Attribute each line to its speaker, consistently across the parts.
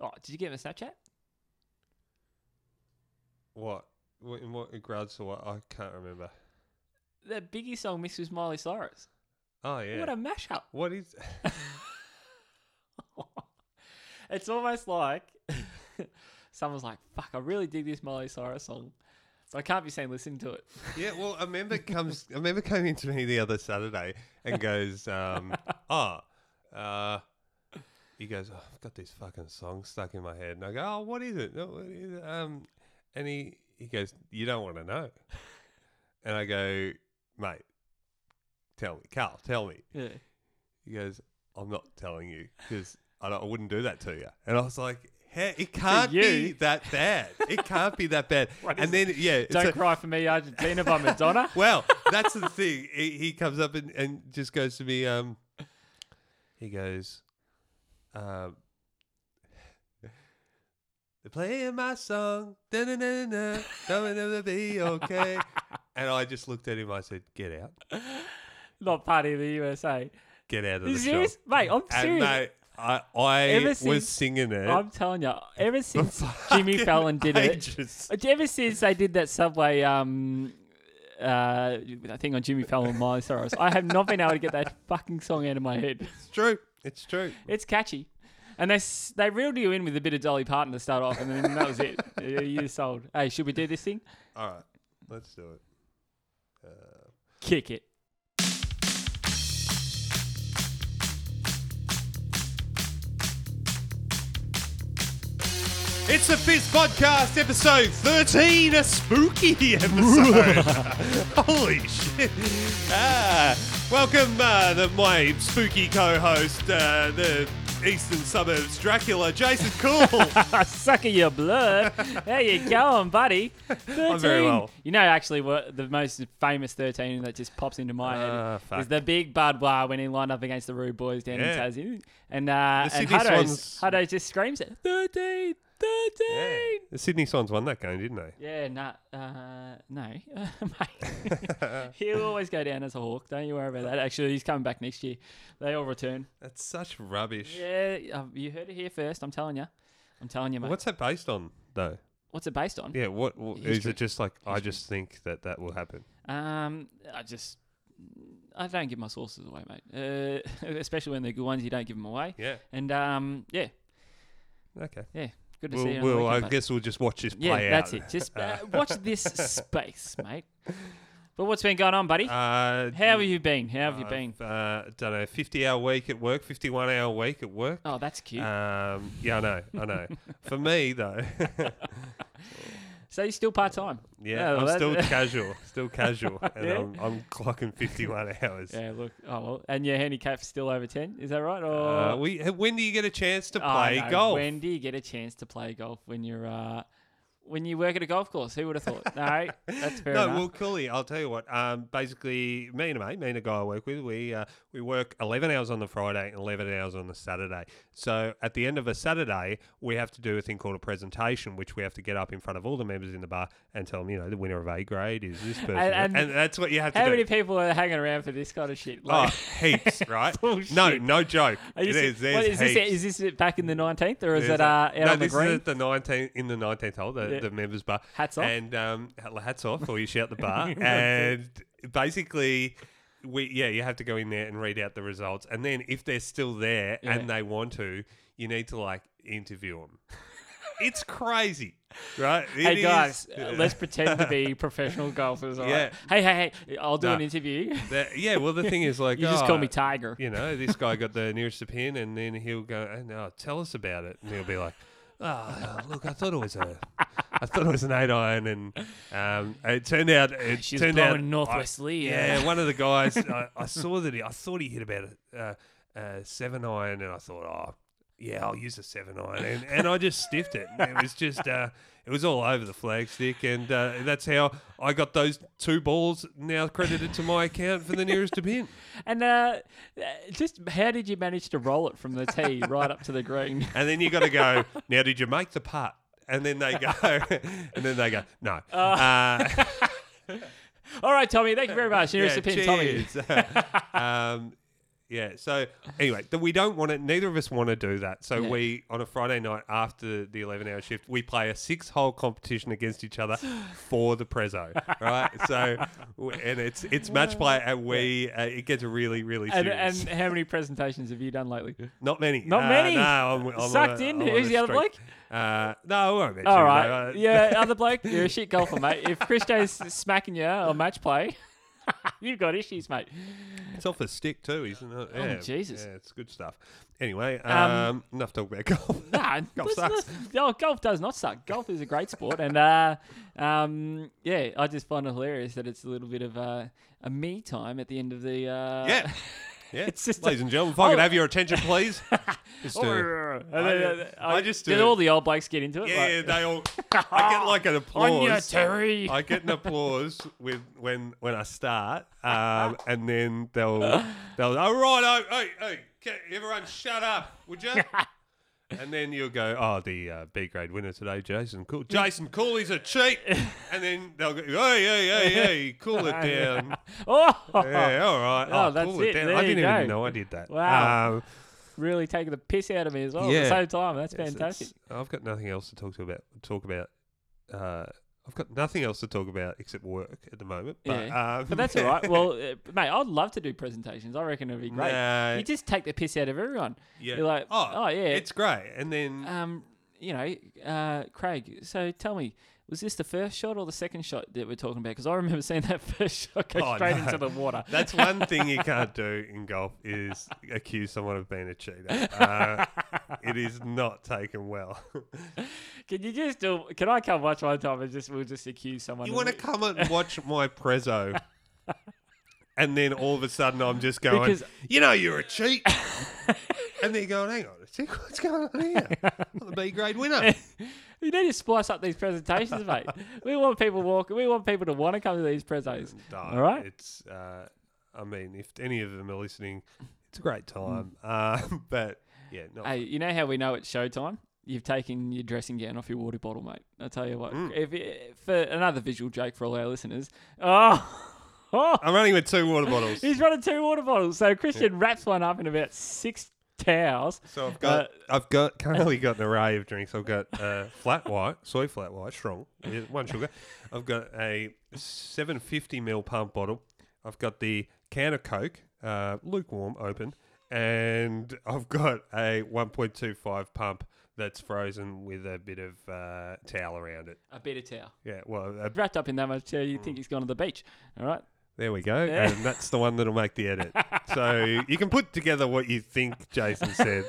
Speaker 1: Oh, did you get him a Snapchat?
Speaker 2: What? What, in what regards to what? I can't remember.
Speaker 1: The Biggie song mixed with Miley Cyrus.
Speaker 2: Oh, yeah.
Speaker 1: What a mashup!
Speaker 2: what is.
Speaker 1: It's almost like someone's like, "Fuck, I really dig this Miley Cyrus song, but I can't be seen listening to it."
Speaker 2: Yeah, well, a member comes. A member came into me the other Saturday and goes, um, "Oh, uh, he goes, oh, I've got this fucking song stuck in my head," and I go, "Oh, what is it?" "Oh, what is it?" Um, and he he goes, "You don't want to know," and I go, "Mate, tell me, Carl, tell me."
Speaker 1: Yeah.
Speaker 2: He goes, "I'm not telling you because I don't, I wouldn't do that to you." And I was like. "Hey, It can't be
Speaker 1: you."
Speaker 2: that bad. It can't be that bad.
Speaker 1: What
Speaker 2: and
Speaker 1: is
Speaker 2: then, yeah, it's
Speaker 1: Don't
Speaker 2: a-
Speaker 1: cry for me, Argentina by Madonna.
Speaker 2: well, that's the thing. He, he comes up and, and just goes to me. Um, he goes, um, "They're playing my song. Da na na na. Don't ever be okay." And I just looked at him. I said, "Get out!
Speaker 1: Not party of the USA.
Speaker 2: Get out of
Speaker 1: You
Speaker 2: the
Speaker 1: serious,
Speaker 2: shop!"
Speaker 1: mate? I'm
Speaker 2: And
Speaker 1: serious.
Speaker 2: mate, I, I
Speaker 1: Ever
Speaker 2: was
Speaker 1: since-
Speaker 2: singing it.
Speaker 1: I'm telling you, ever since
Speaker 2: fucking
Speaker 1: Jimmy Fallon did it,
Speaker 2: ages.
Speaker 1: Uh, Ever since they did that subway um, uh, thing on Jimmy Fallon and Miley Cyrus, I have not been able to get that fucking song out of my head.
Speaker 2: It's true. It's true.
Speaker 1: It's catchy, and they s- they reeled you in with a bit of Dolly Parton to start off, and then that was it. You- You're sold. Hey, should we do this thing?
Speaker 2: All right, let's do it. Uh,
Speaker 1: Kick it.
Speaker 2: It's the Fizz Podcast, episode 13, a spooky episode. Holy shit. Ah, welcome, uh, the, my spooky co host, uh, the Eastern Suburbs Dracula, Jason Cool.
Speaker 1: I suck at your blood. How you going, buddy? 13.
Speaker 2: very well.
Speaker 1: You know, actually, what the most famous 13 that just pops into my
Speaker 2: Ah,
Speaker 1: head is
Speaker 2: fuck.
Speaker 1: the big Budwa when he lined up against the Rude Boys down
Speaker 2: Yeah.
Speaker 1: in Tassie. And, uh,
Speaker 2: The
Speaker 1: and
Speaker 2: Sydney
Speaker 1: Hutto's,
Speaker 2: Swans-
Speaker 1: Hutto just screams it 13, 13.
Speaker 2: the Sydney Swans won that game, didn't they?
Speaker 1: Yeah, nah, uh, no, mate. He'll always go down as a hawk. Don't you worry about that. Actually, he's coming back next year. They all return.
Speaker 2: That's such rubbish.
Speaker 1: Yeah, uh, you heard it here first. I'm telling you. I'm telling you, mate.
Speaker 2: What's that based on, though?
Speaker 1: What's it based on?
Speaker 2: Yeah, what, what is
Speaker 1: History.
Speaker 2: it just like, I just think that that will happen?
Speaker 1: Um, I just I don't give my sources away, mate. Uh, especially when they're good ones, you don't give them away.
Speaker 2: Yeah,
Speaker 1: And um, yeah,
Speaker 2: okay.
Speaker 1: good to see you.
Speaker 2: We'll,
Speaker 1: on the
Speaker 2: we'll, I
Speaker 1: weekend, mate.
Speaker 2: guess we'll just watch this play
Speaker 1: yeah,
Speaker 2: out.
Speaker 1: that's it. Just uh, watch this space, mate. But what's been going on, buddy?
Speaker 2: Uh,
Speaker 1: How have you been? How have you been?
Speaker 2: I've, Uh, done a 50 hour week at work, 51 hour week at work.
Speaker 1: Oh, that's cute.
Speaker 2: Um, yeah, I know, I know. For me though,
Speaker 1: so you're still part time?
Speaker 2: yeah,
Speaker 1: well,
Speaker 2: I'm
Speaker 1: Oh, that-
Speaker 2: still casual, still casual, and
Speaker 1: Yeah.
Speaker 2: I'm, I'm clocking 51 hours.
Speaker 1: Yeah, look. Oh well, and your handicap's still over ten. Is that right? Or
Speaker 2: Uh, we, when do you get a chance to
Speaker 1: Oh,
Speaker 2: play
Speaker 1: no.
Speaker 2: golf?
Speaker 1: When do you get a chance to play golf when you're uh, when you work at a golf course? Who would have thought? No, that's fair
Speaker 2: no,
Speaker 1: enough.
Speaker 2: well, coolly, I'll tell you what. Um, basically, me and a mate, me and a guy I work with, we uh, we work eleven hours on the Friday and eleven hours on the Saturday. So at the end of a Saturday, we have to do a thing called a presentation, which we have to get up in front of all the members in the bar and tell them, you know, the winner of A grade is this person, and,
Speaker 1: and
Speaker 2: that's what you have to
Speaker 1: How
Speaker 2: do.
Speaker 1: many people are hanging around for this kind of shit?
Speaker 2: Oh,
Speaker 1: Like,
Speaker 2: heaps, right?
Speaker 1: Bullshit.
Speaker 2: no, no joke.
Speaker 1: are you
Speaker 2: It
Speaker 1: serious?
Speaker 2: is. There's
Speaker 1: What is
Speaker 2: heaps.
Speaker 1: this? Is this it back in the nineteenth, or is
Speaker 2: There's
Speaker 1: it uh, out
Speaker 2: that. no,
Speaker 1: on the
Speaker 2: this
Speaker 1: green?
Speaker 2: is at the 19 in the 19th hole, the,
Speaker 1: Yeah.
Speaker 2: the members bar.
Speaker 1: Hats off.
Speaker 2: And um, hats off, or you shout the bar. and basically, we yeah, you have to go in there and read out the results. And then if they're still there and they want to, you need to like interview them. it's crazy, right? It
Speaker 1: Hey
Speaker 2: is-
Speaker 1: guys, uh, let's pretend to be professional golfers. all right? Hey, hey, hey! I'll do
Speaker 2: Nah.
Speaker 1: an interview.
Speaker 2: That- yeah, well, the thing is like,
Speaker 1: You just call
Speaker 2: oh,
Speaker 1: me Tiger.
Speaker 2: you know, this guy got the nearest to pin, and then he'll go, oh, "No, tell us about it." And he'll be like, "Ah, look, I thought it was a, I thought it was an eight iron, and um, it turned out it
Speaker 1: She's
Speaker 2: turned
Speaker 1: blowing
Speaker 2: out
Speaker 1: Northwest
Speaker 2: I-
Speaker 1: Lee,
Speaker 2: Yeah,
Speaker 1: uh.
Speaker 2: one of the guys, I, I saw that he, I thought he hit about a, uh, a seven iron, and I thought, oh. Yeah, I'll use a seven iron, and, and I just stiffed it. It was just, uh, it was all over the flagstick, and uh, that's how I got those two balls now credited to my account for the nearest to pin.
Speaker 1: And uh, uh, just how did you manage to roll it from the tee right up to the green?
Speaker 2: And then you got to go, now, did you make the putt? And then they go, and then they go, no. Uh,
Speaker 1: All right, Tommy. Thank you very much. Here's
Speaker 2: yeah,
Speaker 1: the pin, Tommy.
Speaker 2: cheers. um, Yeah. So anyway, th- we don't want to. Neither of us want to do that. So
Speaker 1: Yeah.
Speaker 2: we on a Friday night after the eleven-hour shift, we play a six-hole competition against each other for the prezzo, right? So w- and it's it's match play, and we uh, it gets really really
Speaker 1: And,
Speaker 2: serious.
Speaker 1: and how many presentations have you done lately?
Speaker 2: not many.
Speaker 1: Not
Speaker 2: Uh,
Speaker 1: many.
Speaker 2: No, I'm, I'm on
Speaker 1: Sucked
Speaker 2: a-
Speaker 1: in.
Speaker 2: I'm on
Speaker 1: Who's
Speaker 2: a
Speaker 1: the other
Speaker 2: streak.
Speaker 1: bloke?
Speaker 2: Uh, no, I won't mention.
Speaker 1: All
Speaker 2: him,
Speaker 1: right.
Speaker 2: though. Uh,
Speaker 1: yeah, other bloke, you're a shit golfer, mate. If Chris J's smacking you on match play, you've got issues, mate.
Speaker 2: It's off a stick too, isn't it?
Speaker 1: Oh,
Speaker 2: Yeah,
Speaker 1: Jesus.
Speaker 2: Yeah, it's good stuff. Anyway,
Speaker 1: Um,
Speaker 2: um, enough talk about golf.
Speaker 1: Nah,
Speaker 2: Golf
Speaker 1: listen,
Speaker 2: sucks.
Speaker 1: listen, No, golf does not suck. Golf is a great sport, and uh, um, yeah, I just find it hilarious that it's a little bit of a, a me time at the end of the. Uh,
Speaker 2: Yeah. Yeah.
Speaker 1: It's just
Speaker 2: Ladies and gentlemen, if I
Speaker 1: Oh.
Speaker 2: could have your attention, please. Just, uh,
Speaker 1: and then, uh,
Speaker 2: I- I just do
Speaker 1: did
Speaker 2: it.
Speaker 1: all the old blokes get into it.
Speaker 2: yeah,
Speaker 1: like,
Speaker 2: they all. I get like an applause.
Speaker 1: on your Terry.
Speaker 2: I get an applause with when when I start, um, and then they'll they'll all right, oh, hey, hey, ca- everyone, shut up, would you? And then you'll go, oh, the uh, B grade winner today, Jason Cool. Jason Cooley's a cheat. And then they'll go, hey, hey, hey, hey, cool it down.
Speaker 1: oh,
Speaker 2: Yeah, all right.
Speaker 1: Oh,
Speaker 2: Oh,
Speaker 1: that's
Speaker 2: cool it,
Speaker 1: it.
Speaker 2: down.
Speaker 1: There
Speaker 2: I
Speaker 1: you
Speaker 2: didn't even
Speaker 1: go.
Speaker 2: know I did that.
Speaker 1: Wow.
Speaker 2: Um,
Speaker 1: really taking the piss out of me as well at the
Speaker 2: Yeah.
Speaker 1: same time. That's
Speaker 2: Yes, it's-
Speaker 1: fantastic.
Speaker 2: I've got nothing else to talk to about. Talk about. Uh, I've got nothing else to talk about except work at the moment. But,
Speaker 1: Yeah.
Speaker 2: um,
Speaker 1: But that's all right. Well, uh, mate, I'd love to do presentations. I reckon it'd be great.
Speaker 2: nah,
Speaker 1: You just take the piss out of everyone.
Speaker 2: yeah.
Speaker 1: You're like, oh,
Speaker 2: oh,
Speaker 1: yeah.
Speaker 2: it's great. And then
Speaker 1: um, you know, uh, Craig. So tell me, was this the first shot or the second shot that we're talking about? Because I remember seeing that first shot go
Speaker 2: Oh,
Speaker 1: straight
Speaker 2: no.
Speaker 1: into the water.
Speaker 2: that's one thing you can't do in golf is accuse someone of being a cheater. Uh, it is not taken well.
Speaker 1: Can you just do? Can I come watch one time and just we'll just accuse someone?
Speaker 2: you
Speaker 1: of
Speaker 2: want to
Speaker 1: it?
Speaker 2: come and watch my prezzo, and then all of a sudden I'm just going,
Speaker 1: Because-
Speaker 2: you know, you're a cheat. and they're going, hang on a sec, what's going on here? I'm the B grade winner.
Speaker 1: You need to spice up these presentations, mate. We want people walking. We want people to want to come to these presos.
Speaker 2: No,
Speaker 1: All right.
Speaker 2: It's, uh, I mean, if any of them are listening, it's a great time. Uh, but yeah, no.
Speaker 1: Hey, you know how we know it's showtime? You've taken your dressing gown off your water bottle, mate. I'll tell you what.
Speaker 2: Mm.
Speaker 1: If you, for another visual joke for all our listeners. Oh, oh,
Speaker 2: I'm running with two water bottles.
Speaker 1: he's running two water bottles. So Christian wraps one up in about six towels.
Speaker 2: So I've got,
Speaker 1: Uh,
Speaker 2: I've got currently got an array of drinks. I've got uh, flat white, soy flat white, strong, with one sugar. I've got a 750 ml pump bottle. I've got the can of Coke, uh, lukewarm, open, and I've got a 1.25 pump that's frozen with a bit of uh, towel around it.
Speaker 1: A bit of towel.
Speaker 2: Yeah, well, uh,
Speaker 1: Wrapped up in that much towel, you
Speaker 2: Mm.
Speaker 1: think he's gone to the beach. All right.
Speaker 2: there we go,
Speaker 1: Yeah.
Speaker 2: and that's the one that'll make the edit. so you can put together what you think Jason said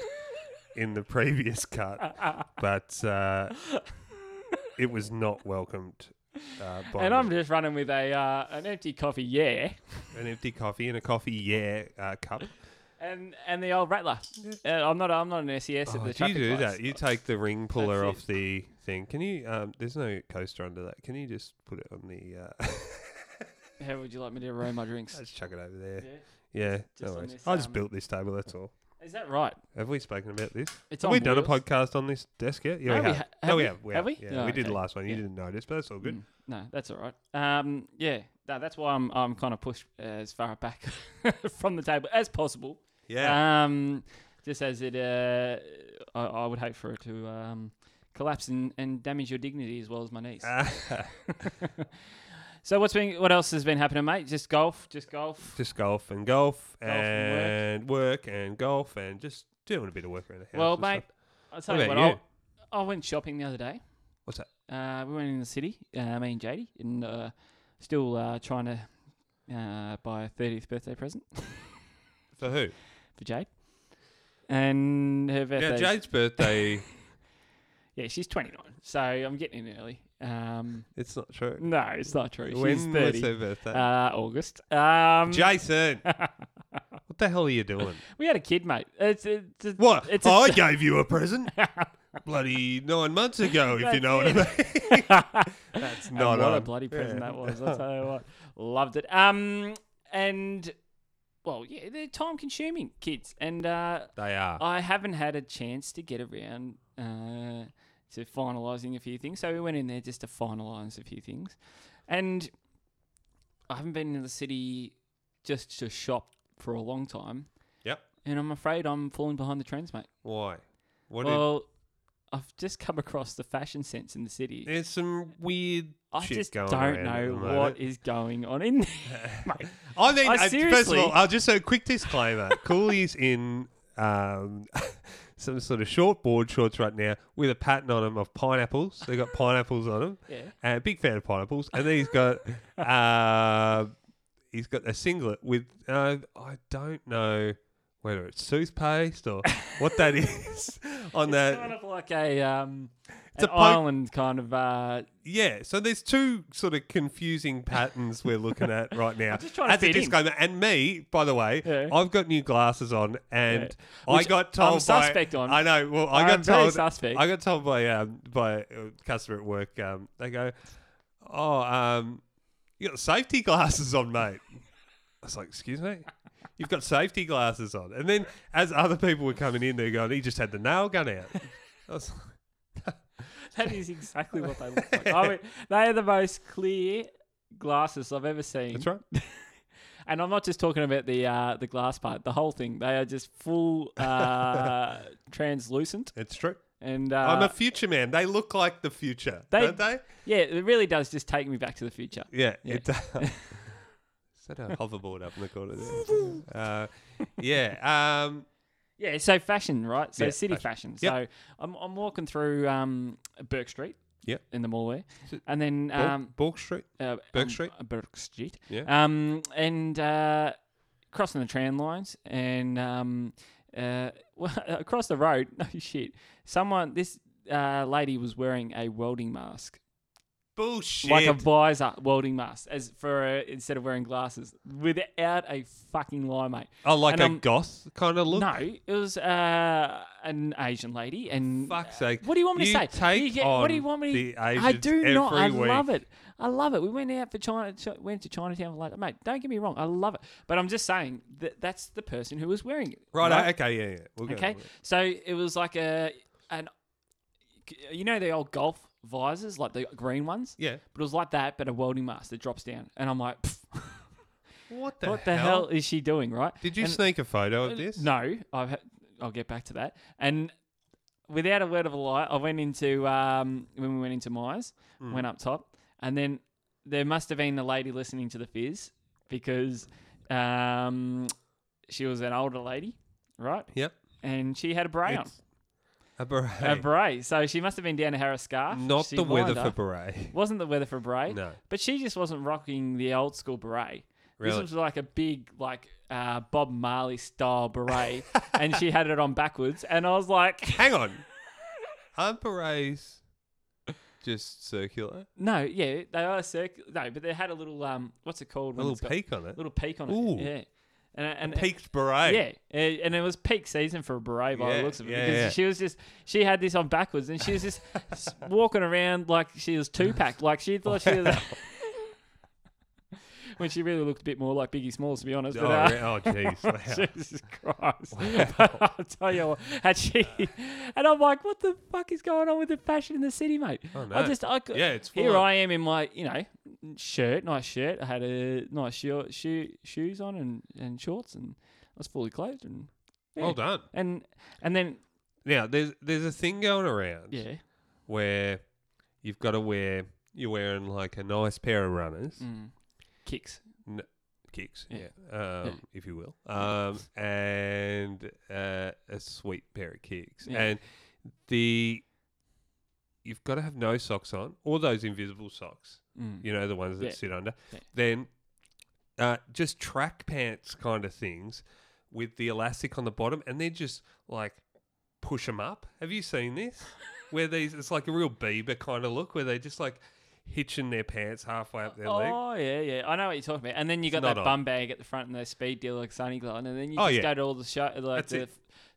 Speaker 2: in the previous cut. but uh, it was not welcomed. Uh, by
Speaker 1: and I'm
Speaker 2: me.
Speaker 1: just running with a uh, an empty coffee, yeah,
Speaker 2: an empty coffee and a coffee, yeah, uh, cup.
Speaker 1: and and the old rattler. Uh, I'm not I'm not an SES
Speaker 2: Oh,
Speaker 1: of the
Speaker 2: do you
Speaker 1: traffic
Speaker 2: do
Speaker 1: lights.
Speaker 2: that? You take the ring puller
Speaker 1: That's
Speaker 2: off the thing. Can you? Um, there's no coaster under that. Can you just put it on the? Uh,
Speaker 1: How would you like me to arrange my drinks?
Speaker 2: let's chuck it over there.
Speaker 1: Yeah.
Speaker 2: Yeah, no
Speaker 1: on
Speaker 2: worries.
Speaker 1: this,
Speaker 2: I just
Speaker 1: um,
Speaker 2: built this table. That's all.
Speaker 1: Is that right?
Speaker 2: Have we spoken about this?
Speaker 1: It's
Speaker 2: Have
Speaker 1: on
Speaker 2: we done a
Speaker 1: wheels.
Speaker 2: podcast on this desk yet?
Speaker 1: No,
Speaker 2: Yeah, we
Speaker 1: we
Speaker 2: have.
Speaker 1: ha- have
Speaker 2: no, we
Speaker 1: we?
Speaker 2: have.
Speaker 1: Have we?
Speaker 2: Oh, Yeah,
Speaker 1: No,
Speaker 2: we did
Speaker 1: okay.
Speaker 2: the last one. You
Speaker 1: Yeah.
Speaker 2: didn't notice, but that's all good.
Speaker 1: Mm, No, that's all right. Um, yeah, no, that's why I'm I'm kind of pushed as far back from the table as possible.
Speaker 2: Yeah.
Speaker 1: Um, just as it, uh, I, I would hate for it to um, collapse and, and damage your dignity as well as my knees.
Speaker 2: Ah.
Speaker 1: Uh, so what's been what else has been happening, mate? Just golf, just golf.
Speaker 2: just golf and golf,
Speaker 1: and
Speaker 2: and work. and golf and just doing a bit of work around the house.
Speaker 1: well,
Speaker 2: and
Speaker 1: mate,
Speaker 2: stuff.
Speaker 1: I'll tell
Speaker 2: What
Speaker 1: you what.
Speaker 2: about
Speaker 1: I, I went shopping the other day.
Speaker 2: What's that?
Speaker 1: Uh, we went in the city, uh, me and JD, and uh, still uh, trying to uh, buy a 30th birthday present
Speaker 2: for who?
Speaker 1: for Jade. And her birthday.
Speaker 2: Now Jade's birthday.
Speaker 1: Yeah, she's 29, so I'm getting in early. Um,
Speaker 2: it's not true.
Speaker 1: no, it's not true.
Speaker 2: when
Speaker 1: she's
Speaker 2: was
Speaker 1: 30.
Speaker 2: her birthday?
Speaker 1: uh, August. Um,
Speaker 2: Jason, what the hell are you doing?
Speaker 1: we had a kid, mate. It's, it's, it's
Speaker 2: What? Oh,
Speaker 1: It's a-
Speaker 2: I gave you a present. Bloody nine months ago, if you know what I mean.
Speaker 1: That's
Speaker 2: not
Speaker 1: what a
Speaker 2: on.
Speaker 1: bloody present
Speaker 2: Yeah.
Speaker 1: that was. I tell you what, loved it. Um, and well, yeah, they're time-consuming kids, and uh,
Speaker 2: They are.
Speaker 1: I haven't had a chance to get around uh, to finalising a few things. So we went in there just to finalise a few things. And I haven't been in the city just to shop for a long time.
Speaker 2: Yep.
Speaker 1: and I'm afraid I'm falling behind the trends, mate.
Speaker 2: Why? What?
Speaker 1: well, I've just come across the fashion sense in the city.
Speaker 2: did, there's some weird.
Speaker 1: I
Speaker 2: shit
Speaker 1: just
Speaker 2: going
Speaker 1: don't
Speaker 2: around at the
Speaker 1: know
Speaker 2: moment.
Speaker 1: what is going on in there. mate.
Speaker 2: I mean,
Speaker 1: I
Speaker 2: uh, first of
Speaker 1: seriously-
Speaker 2: all, I'll just say a quick disclaimer. Cooley's in um, some sort of short board shorts right now with a pattern on them of pineapples. They've got pineapples on them.
Speaker 1: Yeah.
Speaker 2: Uh, big fan of pineapples. And then he's got uh, he's got a singlet with uh, I don't know whether it's toothpaste or what that is on that.
Speaker 1: It's kind of like a um,
Speaker 2: It's
Speaker 1: an
Speaker 2: a poke-
Speaker 1: island kind of. Uh,
Speaker 2: Yeah, so there's two sort of confusing patterns we're looking at right now.
Speaker 1: just trying to
Speaker 2: As a
Speaker 1: fit in.
Speaker 2: disclaimer, and me, by the way,
Speaker 1: Yeah.
Speaker 2: I've got new glasses on, and
Speaker 1: Yeah.
Speaker 2: I
Speaker 1: Which
Speaker 2: got
Speaker 1: I'm
Speaker 2: told by-
Speaker 1: suspect on.
Speaker 2: I know. Well, I got
Speaker 1: I'm um, very
Speaker 2: told.
Speaker 1: suspect.
Speaker 2: I got told by um, by a customer at work. Um, they go, "Oh, um, you got safety glasses on, mate." I was like, "Excuse me." You've got safety glasses on, and then as other people were coming in, they're going, "He just had the nail gun out." I was like,
Speaker 1: that is exactly what they look like. I mean, they are the most clear glasses I've ever seen.
Speaker 2: That's right.
Speaker 1: And I'm not just talking about the uh, the glass part, the whole thing. They are just full uh, translucent.
Speaker 2: It's true.
Speaker 1: And uh,
Speaker 2: I'm a future man. They look like the future,
Speaker 1: They-
Speaker 2: don't they?
Speaker 1: yeah, it really does just take me back to the future.
Speaker 2: Yeah.
Speaker 1: Yeah.
Speaker 2: It, set a hoverboard up in the corner there. Uh, yeah. Um,
Speaker 1: Yeah, so fashion, right? So
Speaker 2: Yeah,
Speaker 1: city fashion.
Speaker 2: Yep.
Speaker 1: So I'm, I'm walking through um, Burke Street.
Speaker 2: Yep.
Speaker 1: In the mall there.
Speaker 2: So-
Speaker 1: And then
Speaker 2: Bork,
Speaker 1: um,
Speaker 2: Bork Street.
Speaker 1: uh,
Speaker 2: Burke
Speaker 1: um,
Speaker 2: Street?
Speaker 1: uh, Burke Street.
Speaker 2: Yeah.
Speaker 1: Um, and uh, crossing the tram lines and um, uh, well, across the road. No shit. Someone, this uh, lady was wearing a welding mask,
Speaker 2: Bullshit.
Speaker 1: like a visor welding mask, as for uh instead of wearing glasses, without a fucking lie, mate.
Speaker 2: oh, like
Speaker 1: and,
Speaker 2: a
Speaker 1: um,
Speaker 2: goth kind of look.
Speaker 1: No, it was uh, an Asian lady, and
Speaker 2: Fuck's sake.
Speaker 1: what do you want me to
Speaker 2: You
Speaker 1: say?
Speaker 2: take
Speaker 1: You get- what do you want me? to-
Speaker 2: on the
Speaker 1: I do
Speaker 2: Asians
Speaker 1: not. I
Speaker 2: every week.
Speaker 1: love it. I love it. We went out for China. Ch- went to Chinatown for lunch, mate. Don't get me wrong. I love it, but I'm just saying that that's the person who was wearing it.
Speaker 2: Right. Okay. Yeah. Yeah. We'll go
Speaker 1: Okay.
Speaker 2: with it.
Speaker 1: So it was like a an you know the old golf visors, like the green ones,
Speaker 2: Yeah.
Speaker 1: but it was like that, but a welding mask that drops down, and I'm like, "Pff,
Speaker 2: What the
Speaker 1: what the hell? is she doing? Right?
Speaker 2: Did you
Speaker 1: And- uh,
Speaker 2: sneak a photo of this?
Speaker 1: No, I've ha- I'll get back to that. And without a word of a lie, I went into um, when we went into Myers,
Speaker 2: Hmm.
Speaker 1: went up top, and then there must have been a lady listening to the fizz because um, she was an older lady, right?
Speaker 2: Yep.
Speaker 1: And she had a beret on,
Speaker 2: It's a beret.
Speaker 1: a beret. So she must have been down to Harris scarf.
Speaker 2: Not
Speaker 1: She
Speaker 2: the weather
Speaker 1: lined
Speaker 2: for
Speaker 1: up.
Speaker 2: beret.
Speaker 1: Wasn't the weather for a beret?
Speaker 2: No.
Speaker 1: But she just wasn't rocking the old school beret. This
Speaker 2: Really?
Speaker 1: was like a big, like uh, Bob Marley style beret, and she had it on backwards. And I was like,
Speaker 2: Hang on. Aren't berets just circular?
Speaker 1: "No, yeah, they are circ. No, but they had a little um, what's it called?
Speaker 2: A
Speaker 1: when
Speaker 2: little
Speaker 1: it's got-
Speaker 2: peak on it.
Speaker 1: little peak on
Speaker 2: Ooh.
Speaker 1: it. Yeah, and and
Speaker 2: Peaked beret.
Speaker 1: Yeah, a- and it was peak season for a beret by
Speaker 2: Yeah,
Speaker 1: the looks of it
Speaker 2: yeah,
Speaker 1: because
Speaker 2: yeah.
Speaker 1: she was just she had this on backwards and she was just s- walking around like she was two packed, like she thought she was. when she really looked a bit more like Biggie Smalls, to be honest.
Speaker 2: Oh,
Speaker 1: But, uh,
Speaker 2: re- oh, jeez. Wow.
Speaker 1: Jesus Christ! I'll tell you what, had she, and I'm like, what the fuck is going on with the fashion in the city, mate?
Speaker 2: Oh, no.
Speaker 1: I just, I could,
Speaker 2: Yeah, it's full
Speaker 1: here
Speaker 2: on.
Speaker 1: I am in my, you know, shirt, nice shirt. I had a nice shoe, shoe shoes on and and shorts, and I was fully clothed, and yeah.
Speaker 2: Well done.
Speaker 1: and and then
Speaker 2: Now there's there's a thing going around
Speaker 1: yeah,
Speaker 2: where you've got to wear you're wearing like a nice pair of runners,
Speaker 1: mm, kicks.
Speaker 2: kicks, yeah,
Speaker 1: Yeah.
Speaker 2: um, if you will, um, and uh, a sweet pair of kicks,
Speaker 1: Yeah.
Speaker 2: and the you've got to have no socks on or those invisible socks,
Speaker 1: Mm.
Speaker 2: you know the ones that
Speaker 1: Yeah.
Speaker 2: sit under.
Speaker 1: Yeah.
Speaker 2: Then uh, just track pants kind of things with the elastic on the bottom, and then just like push them up. Have you seen this? where these it's like a real Bieber kind of look, where they just like hitching their pants halfway up their leg.
Speaker 1: Oh yeah, yeah. I know what you're talking about. And then you got
Speaker 2: not
Speaker 1: that
Speaker 2: on.
Speaker 1: bum bag at the front and those speed dealer like Sunny Glide, and then you
Speaker 2: Oh,
Speaker 1: just
Speaker 2: yeah.
Speaker 1: go to all the show, like
Speaker 2: That's
Speaker 1: the,
Speaker 2: it.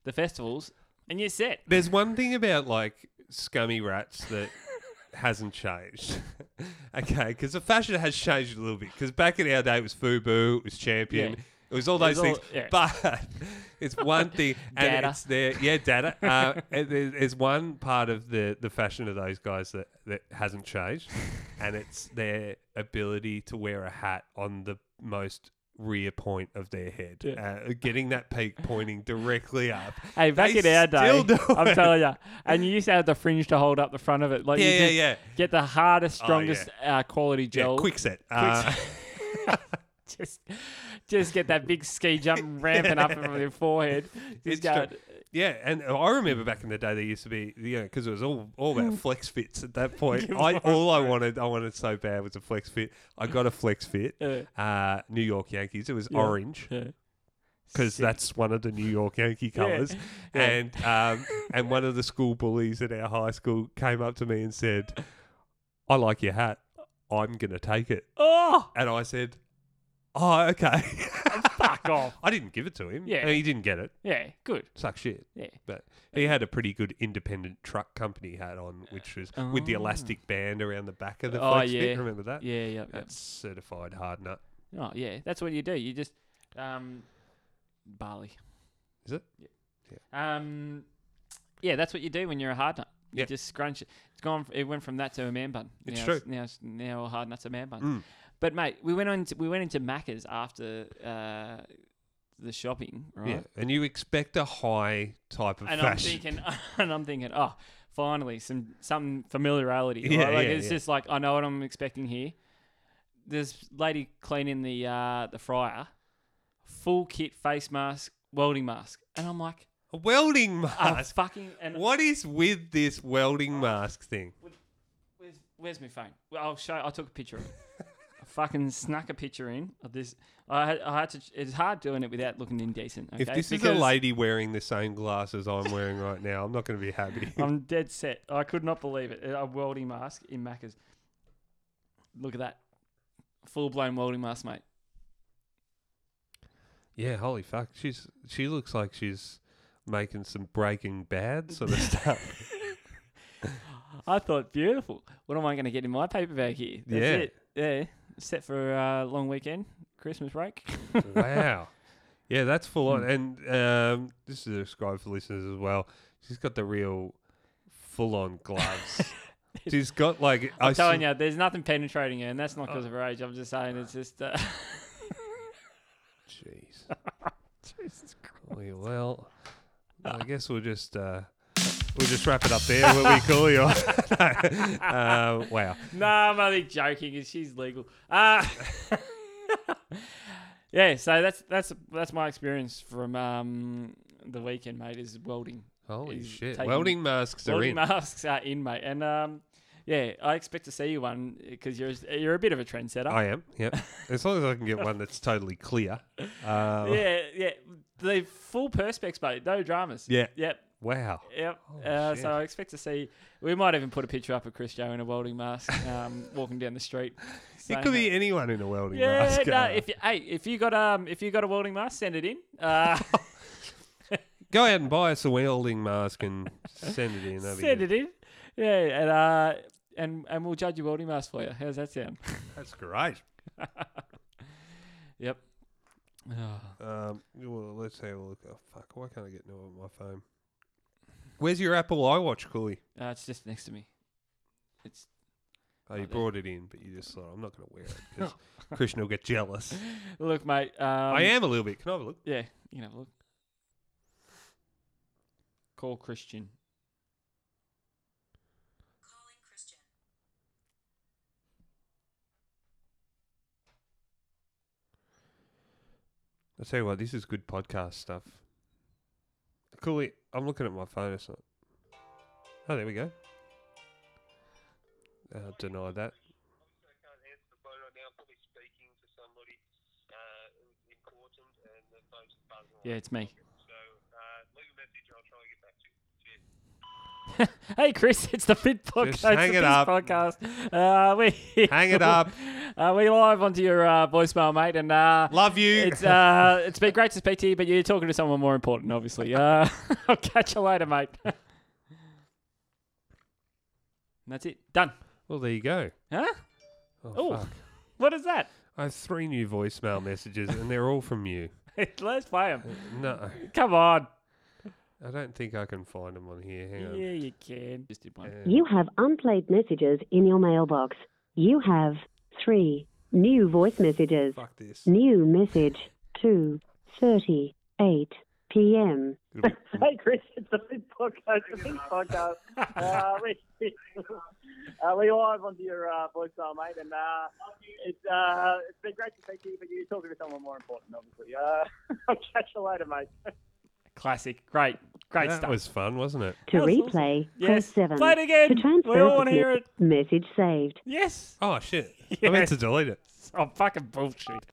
Speaker 1: the festivals, and you're set.
Speaker 2: There's one thing about like scummy rats that hasn't changed. okay, because the fashion has changed a little bit. Because back in our day, it was FUBU, it was Champion,
Speaker 1: Yeah.
Speaker 2: it was all
Speaker 1: It was
Speaker 2: those
Speaker 1: all-
Speaker 2: things.
Speaker 1: yeah.
Speaker 2: But it's one thing, and
Speaker 1: Data.
Speaker 2: it's there. Yeah, data. Uh, and there- there's one part of the the fashion of those guys that that hasn't changed, and it's their ability to wear a hat on the most rear point of their head,
Speaker 1: Yeah.
Speaker 2: uh, getting that peak pointing directly up.
Speaker 1: Hey, back
Speaker 2: They
Speaker 1: in our day,
Speaker 2: still do
Speaker 1: I'm
Speaker 2: it.
Speaker 1: telling you, and you used to have the fringe to hold up the front of it. Like
Speaker 2: Yeah,
Speaker 1: you
Speaker 2: yeah,
Speaker 1: just
Speaker 2: yeah.
Speaker 1: get the hardest,
Speaker 2: Oh, yeah.
Speaker 1: strongest uh, quality gel.
Speaker 2: Yeah, quick set. Uh,
Speaker 1: just, just get that big ski jump ramping up from your forehead.
Speaker 2: It's
Speaker 1: Just
Speaker 2: true.
Speaker 1: go,
Speaker 2: yeah, and I remember back in the day there used to be, you know, because it was all, all
Speaker 1: Mm.
Speaker 2: about flex fits at that point.
Speaker 1: Give
Speaker 2: I
Speaker 1: up,
Speaker 2: all I wanted, I wanted so bad was a flex fit. I got a flex fit.
Speaker 1: Yeah.
Speaker 2: Uh, New York Yankees. It was
Speaker 1: Yeah.
Speaker 2: orange.
Speaker 1: Yeah.
Speaker 2: because
Speaker 1: Sick.
Speaker 2: that's one of the New York Yankee
Speaker 1: Yeah.
Speaker 2: colours.
Speaker 1: Yeah.
Speaker 2: And um, and one of the school bullies at our high school came up to me and said, "I like your hat. I'm gonna take it."
Speaker 1: oh,
Speaker 2: And I said, "Oh, okay."
Speaker 1: fuck off.
Speaker 2: I didn't give it to him.
Speaker 1: Yeah.
Speaker 2: and he didn't get it.
Speaker 1: Yeah, good.
Speaker 2: Sucks shit.
Speaker 1: Yeah.
Speaker 2: But he had a pretty good independent truck company hat on, which was with the
Speaker 1: Oh.
Speaker 2: elastic band around the back of the
Speaker 1: Oh,
Speaker 2: flex
Speaker 1: yeah.
Speaker 2: fit. Remember that?
Speaker 1: Yeah, yeah, yeah.
Speaker 2: That's certified hard nut.
Speaker 1: Oh, yeah. That's what you do. You just um, barley.
Speaker 2: Is it?
Speaker 1: Um, yeah, that's what you do when you're a hard nut. You
Speaker 2: Yeah.
Speaker 1: just scrunch it. It's gone. It went from that to a man bun.
Speaker 2: It's
Speaker 1: now
Speaker 2: true.
Speaker 1: now, it's, now a hard nuts a man bun.
Speaker 2: Mm.
Speaker 1: But mate, we went on. To, we went into Macca's after uh, the shopping, right?
Speaker 2: Yeah. And you expect a high type of
Speaker 1: and I'm
Speaker 2: fashion.
Speaker 1: thinking, and I'm thinking, oh, finally some some familiarity.
Speaker 2: Yeah,
Speaker 1: right? Like
Speaker 2: yeah,
Speaker 1: it's
Speaker 2: yeah.
Speaker 1: just like I know what I'm expecting here. This lady cleaning the uh, the fryer, full kit face mask, welding mask, and I'm like,
Speaker 2: a welding
Speaker 1: a
Speaker 2: mask.
Speaker 1: fucking and
Speaker 2: What is with this welding mask thing?
Speaker 1: Where's, where's my phone? Well, I'll show. I took a picture of it. I fucking snuck a picture in of this. I had, I had to. It's hard doing it without looking indecent. Okay?
Speaker 2: If this is a
Speaker 1: Because
Speaker 2: lady wearing the same glasses I'm wearing right now, I'm not going to be happy.
Speaker 1: I'm dead set. I could not believe it. A welding mask in Macca's. Look at that, full blown welding mask, mate.
Speaker 2: yeah, holy fuck, she's she looks like she's making some Breaking Bad sort of stuff.
Speaker 1: I thought beautiful. What am I going to get in my paper bag here? That's
Speaker 2: Yeah.
Speaker 1: it. Yeah. Set for a uh, long weekend, Christmas break.
Speaker 2: wow. Yeah, that's full on.
Speaker 1: Hmm.
Speaker 2: And um, this is described for listeners as well. She's got the real full on gloves. she's got like
Speaker 1: I'm
Speaker 2: I
Speaker 1: telling
Speaker 2: see-
Speaker 1: you, there's nothing penetrating her, and that's not because of her age. I'm just saying it's just. Uh,
Speaker 2: Jeez. We- Well, I guess we'll just uh, we'll just wrap it up there. Will we call you? uh, wow.
Speaker 1: no, I'm only joking. and She's legal. Uh, yeah, so that's that's that's my experience from um, the weekend, mate. Is welding.
Speaker 2: Holy
Speaker 1: Is
Speaker 2: shit!
Speaker 1: taking-
Speaker 2: Welding masks are
Speaker 1: welding
Speaker 2: in.
Speaker 1: masks are in, mate, and um, yeah, I expect to see you one because you're you're a bit of a trendsetter.
Speaker 2: I am. Yep. As long as I can get one that's totally clear. Um, yeah.
Speaker 1: yeah, yeah, the full perspex, mate. No dramas. Yep.
Speaker 2: Wow.
Speaker 1: Yep.
Speaker 2: Holy
Speaker 1: Uh,
Speaker 2: shit.
Speaker 1: so I expect to see. We might even put a picture up of Chris Joe in a welding mask, um, walking down the street. uh,
Speaker 2: It
Speaker 1: saying
Speaker 2: could
Speaker 1: that.
Speaker 2: be anyone in a welding
Speaker 1: Yeah,
Speaker 2: mask.
Speaker 1: no.
Speaker 2: uh,
Speaker 1: If you, hey, if you got um, if you got a welding mask, send it in. Uh,
Speaker 2: go out and buy us a welding mask and send it in. That'd be
Speaker 1: send
Speaker 2: good.
Speaker 1: it in. Yeah, and uh, and and we'll judge your welding mask for you. How's that sound?
Speaker 2: That's great.
Speaker 1: Yep. Oh,
Speaker 2: Um, well, let's have a look. Oh fuck! Why can't I get no on my phone? Where's your Apple iWatch, Cooley?
Speaker 1: Uh, it's just next to me. It's
Speaker 2: Oh, you
Speaker 1: Like that.
Speaker 2: brought it in, but you just thought, I'm not going to wear it because Krishna will get jealous.
Speaker 1: look, mate. Um,
Speaker 2: I am a little bit. Can I have a look?
Speaker 1: Yeah, you can have a look. Call Christian.
Speaker 2: I'll tell you what, this is good podcast stuff. Cooley, I'm looking at my phone. It's not. Oh, there we go. I'll deny that.
Speaker 3: I can't answer the phone right now. I'm probably speaking to somebody uh, important, and the phone's buzzing.
Speaker 1: Yeah, it's me.
Speaker 3: So uh, leave a message, and I'll try and get back to you. Cheers.
Speaker 1: Hey Chris, it's the Fit Podcast.
Speaker 2: Just
Speaker 1: it's
Speaker 2: hang
Speaker 1: the
Speaker 2: it
Speaker 1: Fizz
Speaker 2: up.
Speaker 1: Podcast. Uh, we
Speaker 2: Hang it up.
Speaker 1: Uh, we live onto your uh, voicemail, mate, and uh,
Speaker 2: Love you.
Speaker 1: it's uh, it's been great to speak to you, but you're talking to someone more important, obviously. Uh, I'll catch you later, mate. And That's it. Done.
Speaker 2: well, there you go.
Speaker 1: Huh?
Speaker 2: Oh,
Speaker 1: Oh.
Speaker 2: fuck.
Speaker 1: What is that?
Speaker 2: I have three new voicemail messages, and they're all from you.
Speaker 1: Let's play them.
Speaker 2: No,
Speaker 1: Come on.
Speaker 2: I don't think I can find them on here. Hang on.
Speaker 1: Yeah, you can. Just did one.
Speaker 2: Uh,
Speaker 4: You have unplayed messages in your mailbox. You have three New voice messages.
Speaker 2: Fuck this.
Speaker 4: New message. 2.38 p.m.
Speaker 2: It'll be-
Speaker 5: Hey, Chris, it's the Big Podcast. The Big Podcast. Uh, we, uh, we live onto your uh, voicemail, mate, and uh, it's uh, it's been great to speak to you, but you're talking to someone more important, obviously. Uh, I'll catch you later, mate.
Speaker 1: Classic. Great. Great
Speaker 2: that
Speaker 1: stuff.
Speaker 2: was fun, wasn't it?
Speaker 4: To
Speaker 1: That was awesome.
Speaker 4: replay, press
Speaker 1: Yes.
Speaker 4: 7.
Speaker 1: Play it again.
Speaker 4: To
Speaker 1: We
Speaker 4: transfer
Speaker 1: all
Speaker 4: the
Speaker 1: want to hear it.
Speaker 4: message saved.
Speaker 1: Yes.
Speaker 2: Oh shit! I meant to delete it.
Speaker 1: Oh, fucking bullshit.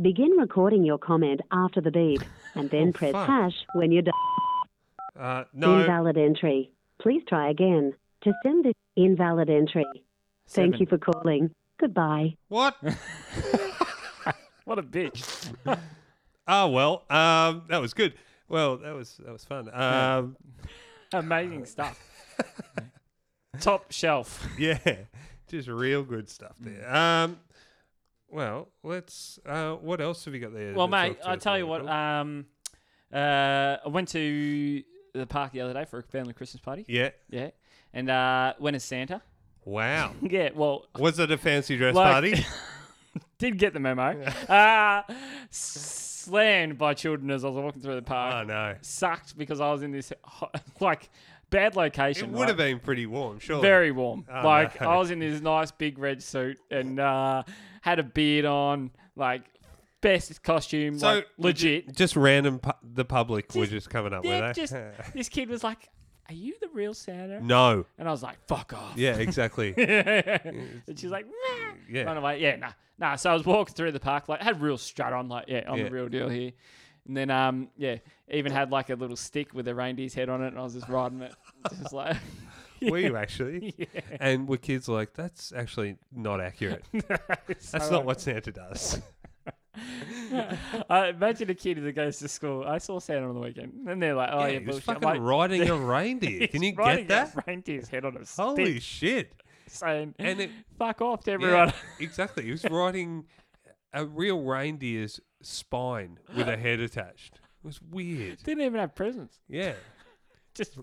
Speaker 4: Begin recording your comment after the beep and then
Speaker 2: Oh,
Speaker 4: press
Speaker 2: fuck.
Speaker 4: hash when you're done.
Speaker 2: Uh, no.
Speaker 4: Invalid entry. Please try again. To send this invalid entry.
Speaker 1: Seven.
Speaker 4: Thank you for calling. Goodbye.
Speaker 2: What?
Speaker 1: What a bitch.
Speaker 2: Ah, well. Um, that was good. Well, that was that was fun. Um,
Speaker 1: Amazing stuff. Top shelf.
Speaker 2: yeah, just real good stuff there. Um, well, let's. Uh, what else have you got there?
Speaker 1: Well,
Speaker 2: that's
Speaker 1: mate,
Speaker 2: off to
Speaker 1: I
Speaker 2: us
Speaker 1: tell you
Speaker 2: now,
Speaker 1: what.
Speaker 2: Bill?
Speaker 1: Um, uh, I went to the park the other day for a family Christmas party.
Speaker 2: yeah.
Speaker 1: Yeah, and uh, went as Santa.
Speaker 2: Wow.
Speaker 1: Yeah, well,
Speaker 2: Was it a fancy dress
Speaker 1: Like-
Speaker 2: party?
Speaker 1: did get the memo. uh, slammed by children as I was walking through the park.
Speaker 2: Oh no.
Speaker 1: Sucked because I was in this hot, like bad location.
Speaker 2: It would have
Speaker 1: right?
Speaker 2: been pretty warm, surely.
Speaker 1: very warm.
Speaker 2: Oh,
Speaker 1: like
Speaker 2: no.
Speaker 1: I was in this nice big red suit and uh, had a beard on. Like best costume.
Speaker 2: So,
Speaker 1: like
Speaker 2: would
Speaker 1: legit.
Speaker 2: Just random. Pu- the public were
Speaker 1: Just-
Speaker 2: just coming up,
Speaker 1: Yeah,
Speaker 2: were they? Mm.
Speaker 1: just this kid was like, "Are you the real Santa?"
Speaker 2: no.
Speaker 1: And I was like, "Fuck off."
Speaker 2: Yeah. Exactly.
Speaker 1: and she's like, nah.
Speaker 2: Yeah.
Speaker 1: run away. Yeah, nah, nah. So I was walking through the park, like had real strut on, like, yeah, I'm
Speaker 2: Yeah.
Speaker 1: the real deal here. And then, um, yeah, even had like a little stick with a reindeer's head on it, and I was just riding it, just like,
Speaker 2: Were you actually?
Speaker 1: yeah.
Speaker 2: And were kids like, that's actually not accurate. That's not what Santa does.
Speaker 1: uh, I imagine a kid that goes to school. I saw Santa on the weekend, and they're like, "Oh yeah,
Speaker 2: he was
Speaker 1: bullshit." I'm
Speaker 2: fucking riding a reindeer.
Speaker 1: like,
Speaker 2: Can you
Speaker 1: he's riding
Speaker 2: get that?
Speaker 1: A reindeer's head on a stick,
Speaker 2: Holy shit.
Speaker 1: saying,
Speaker 2: and it-
Speaker 1: "Fuck off to
Speaker 2: Yeah,
Speaker 1: everyone."
Speaker 2: exactly. He was riding a real reindeer's spine with a head attached. It was weird.
Speaker 1: Didn't even have presents.
Speaker 2: Yeah.
Speaker 1: just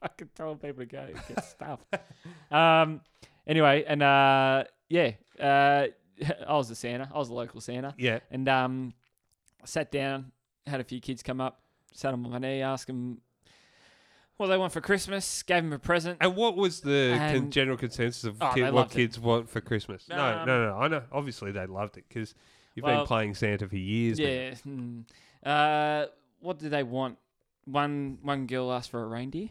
Speaker 1: fucking telling people to go get stuffed. um, anyway, and uh, yeah, uh, I was a Santa. I was a local Santa,
Speaker 2: Yeah.
Speaker 1: and um, I sat down, had a few kids come up, sat on my knee, asked them what they want for Christmas, gave them a present.
Speaker 2: And what was the con-
Speaker 1: And-
Speaker 2: general consensus of
Speaker 1: Oh,
Speaker 2: ki-
Speaker 1: they
Speaker 2: what
Speaker 1: loved it.
Speaker 2: kids want for Christmas? no,
Speaker 1: Um,
Speaker 2: no, no. I know. Obviously, they loved it because you've been
Speaker 1: Well,
Speaker 2: playing Santa for years. now.
Speaker 1: yeah. hmm. Uh, what do they want? One one girl asked for a reindeer.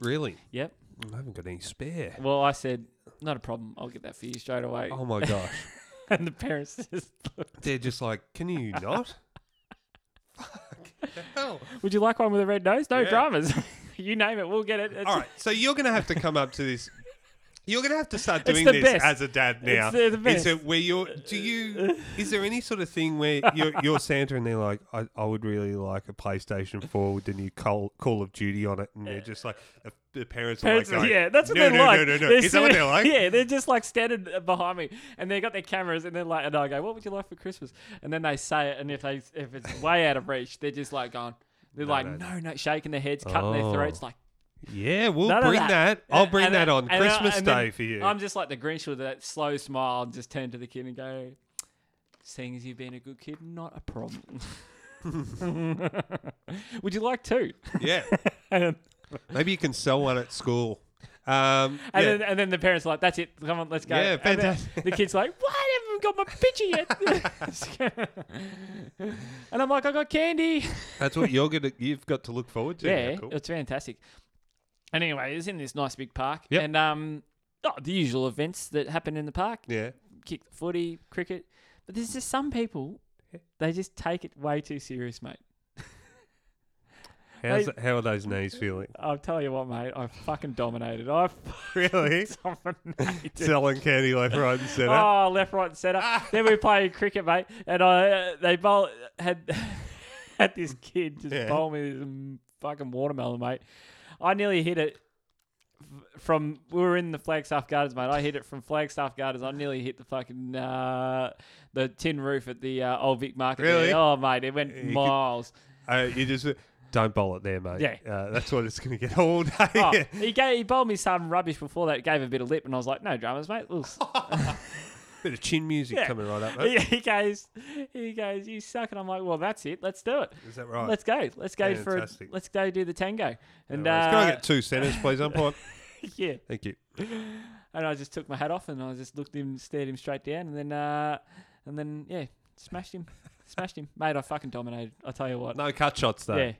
Speaker 2: Really?
Speaker 1: Yep.
Speaker 2: I haven't got any spare.
Speaker 1: Well, I said, not a problem. I'll get that for you straight away.
Speaker 2: Oh my gosh.
Speaker 1: and the parents just,
Speaker 2: They're just like, can you not? Fuck. Hell.
Speaker 1: would you like one with a red nose? No
Speaker 2: Yeah.
Speaker 1: dramas. you name it, we'll get it. It's-
Speaker 2: All right. So you're going to have to come up to this. You're going to have to start
Speaker 1: It's
Speaker 2: doing
Speaker 1: the
Speaker 2: this
Speaker 1: best.
Speaker 2: as a dad now.
Speaker 1: It's the- the best.
Speaker 2: Is it where you're, do you, is there any sort of thing where you're, you're Santa and they're like, I, I would really like a PlayStation 4 with the new Call, Call of Duty on it. And they're just like, the, the parents,
Speaker 1: Parents-
Speaker 2: are like, going,
Speaker 1: yeah, that's what
Speaker 2: no,
Speaker 1: they're
Speaker 2: no,
Speaker 1: like.
Speaker 2: No, no, no,
Speaker 1: They're
Speaker 2: Is that what
Speaker 1: sitting-
Speaker 2: they're like?
Speaker 1: Yeah, they're just like standing behind me, and they got their cameras, and they're like, and I go, "What would you like for Christmas?" And then they say it, and if they if it's way out of reach, they're just like gone. They're like,
Speaker 2: no,
Speaker 1: no, no, shaking their heads, cutting their throats,
Speaker 2: Oh.
Speaker 1: like.
Speaker 2: Yeah, we'll
Speaker 1: None of
Speaker 2: bring that. I'll bring
Speaker 1: And-
Speaker 2: that on
Speaker 1: and-
Speaker 2: Christmas
Speaker 1: and then
Speaker 2: Day for you.
Speaker 1: I'm just like the Grinch with that slow smile, and just turn to the kid and go, "Seeing as you've been a good kid, not a problem." would you like two?
Speaker 2: yeah.
Speaker 1: And-
Speaker 2: Maybe you can sell one at school. Um,
Speaker 1: And,
Speaker 2: yeah.
Speaker 1: then, and then the parents are like, that's it. Come on, let's go.
Speaker 2: Yeah,
Speaker 1: And then
Speaker 2: fantastic.
Speaker 1: The kid's like, why haven't we got my picture yet? and I'm like, I got candy.
Speaker 2: That's what you're gonna. You've got to look forward to.
Speaker 1: Yeah,
Speaker 2: How cool.
Speaker 1: it's fantastic. And anyway, it was in this nice big park.
Speaker 2: Yep.
Speaker 1: And um, oh, the usual events that happen in the park
Speaker 2: yeah.
Speaker 1: kick the footy, cricket. But there's just some people, they just take it way too serious, mate.
Speaker 2: How's
Speaker 1: Hey.
Speaker 2: how are those knees feeling?
Speaker 1: I'll tell you what, mate, I fucking dominated. I
Speaker 2: Really?
Speaker 1: fucking dominated.
Speaker 2: Selling candy left, right, and centre.
Speaker 1: Oh, left, right, centre.
Speaker 2: Ah.
Speaker 1: then we played cricket, mate, and I uh, they bowl had had this kid just
Speaker 2: Yeah.
Speaker 1: bowl me this mm, fucking watermelon, mate. I nearly hit it f- from we were in the Flagstaff Gardens, mate. I hit it from Flagstaff Gardens. I nearly hit the fucking uh, the tin roof at the uh, old Vic Market. there.
Speaker 2: Really?
Speaker 1: Oh, mate, it went
Speaker 2: You could-
Speaker 1: miles.
Speaker 2: Uh, you just don't bowl it there, mate.
Speaker 1: Yeah.
Speaker 2: Uh, that's what it's gonna get all day.
Speaker 1: Oh, he gave he bowled me some rubbish before that. Gave a bit of lip, and I was like, "No dramas, mate." We'll s-
Speaker 2: Bit of chin music
Speaker 1: Yeah.
Speaker 2: coming right up. mate.
Speaker 1: He, he goes, he goes, you suck, and I'm like, well, that's it. Let's do it.
Speaker 2: Is that right?
Speaker 1: Let's go. Let's go for.
Speaker 2: Fantastic.
Speaker 1: A, let's go do the tango. And
Speaker 2: No worries.
Speaker 1: uh,
Speaker 2: Can I get two centers, please, umpire?
Speaker 1: yeah.
Speaker 2: Thank you.
Speaker 1: And I just took my hat off and I just looked him, stared him straight down, and then, uh, and then, yeah, smashed him, smashed him, mate. I fucking dominated. I tell you what.
Speaker 2: No cut shots though.
Speaker 1: yeah.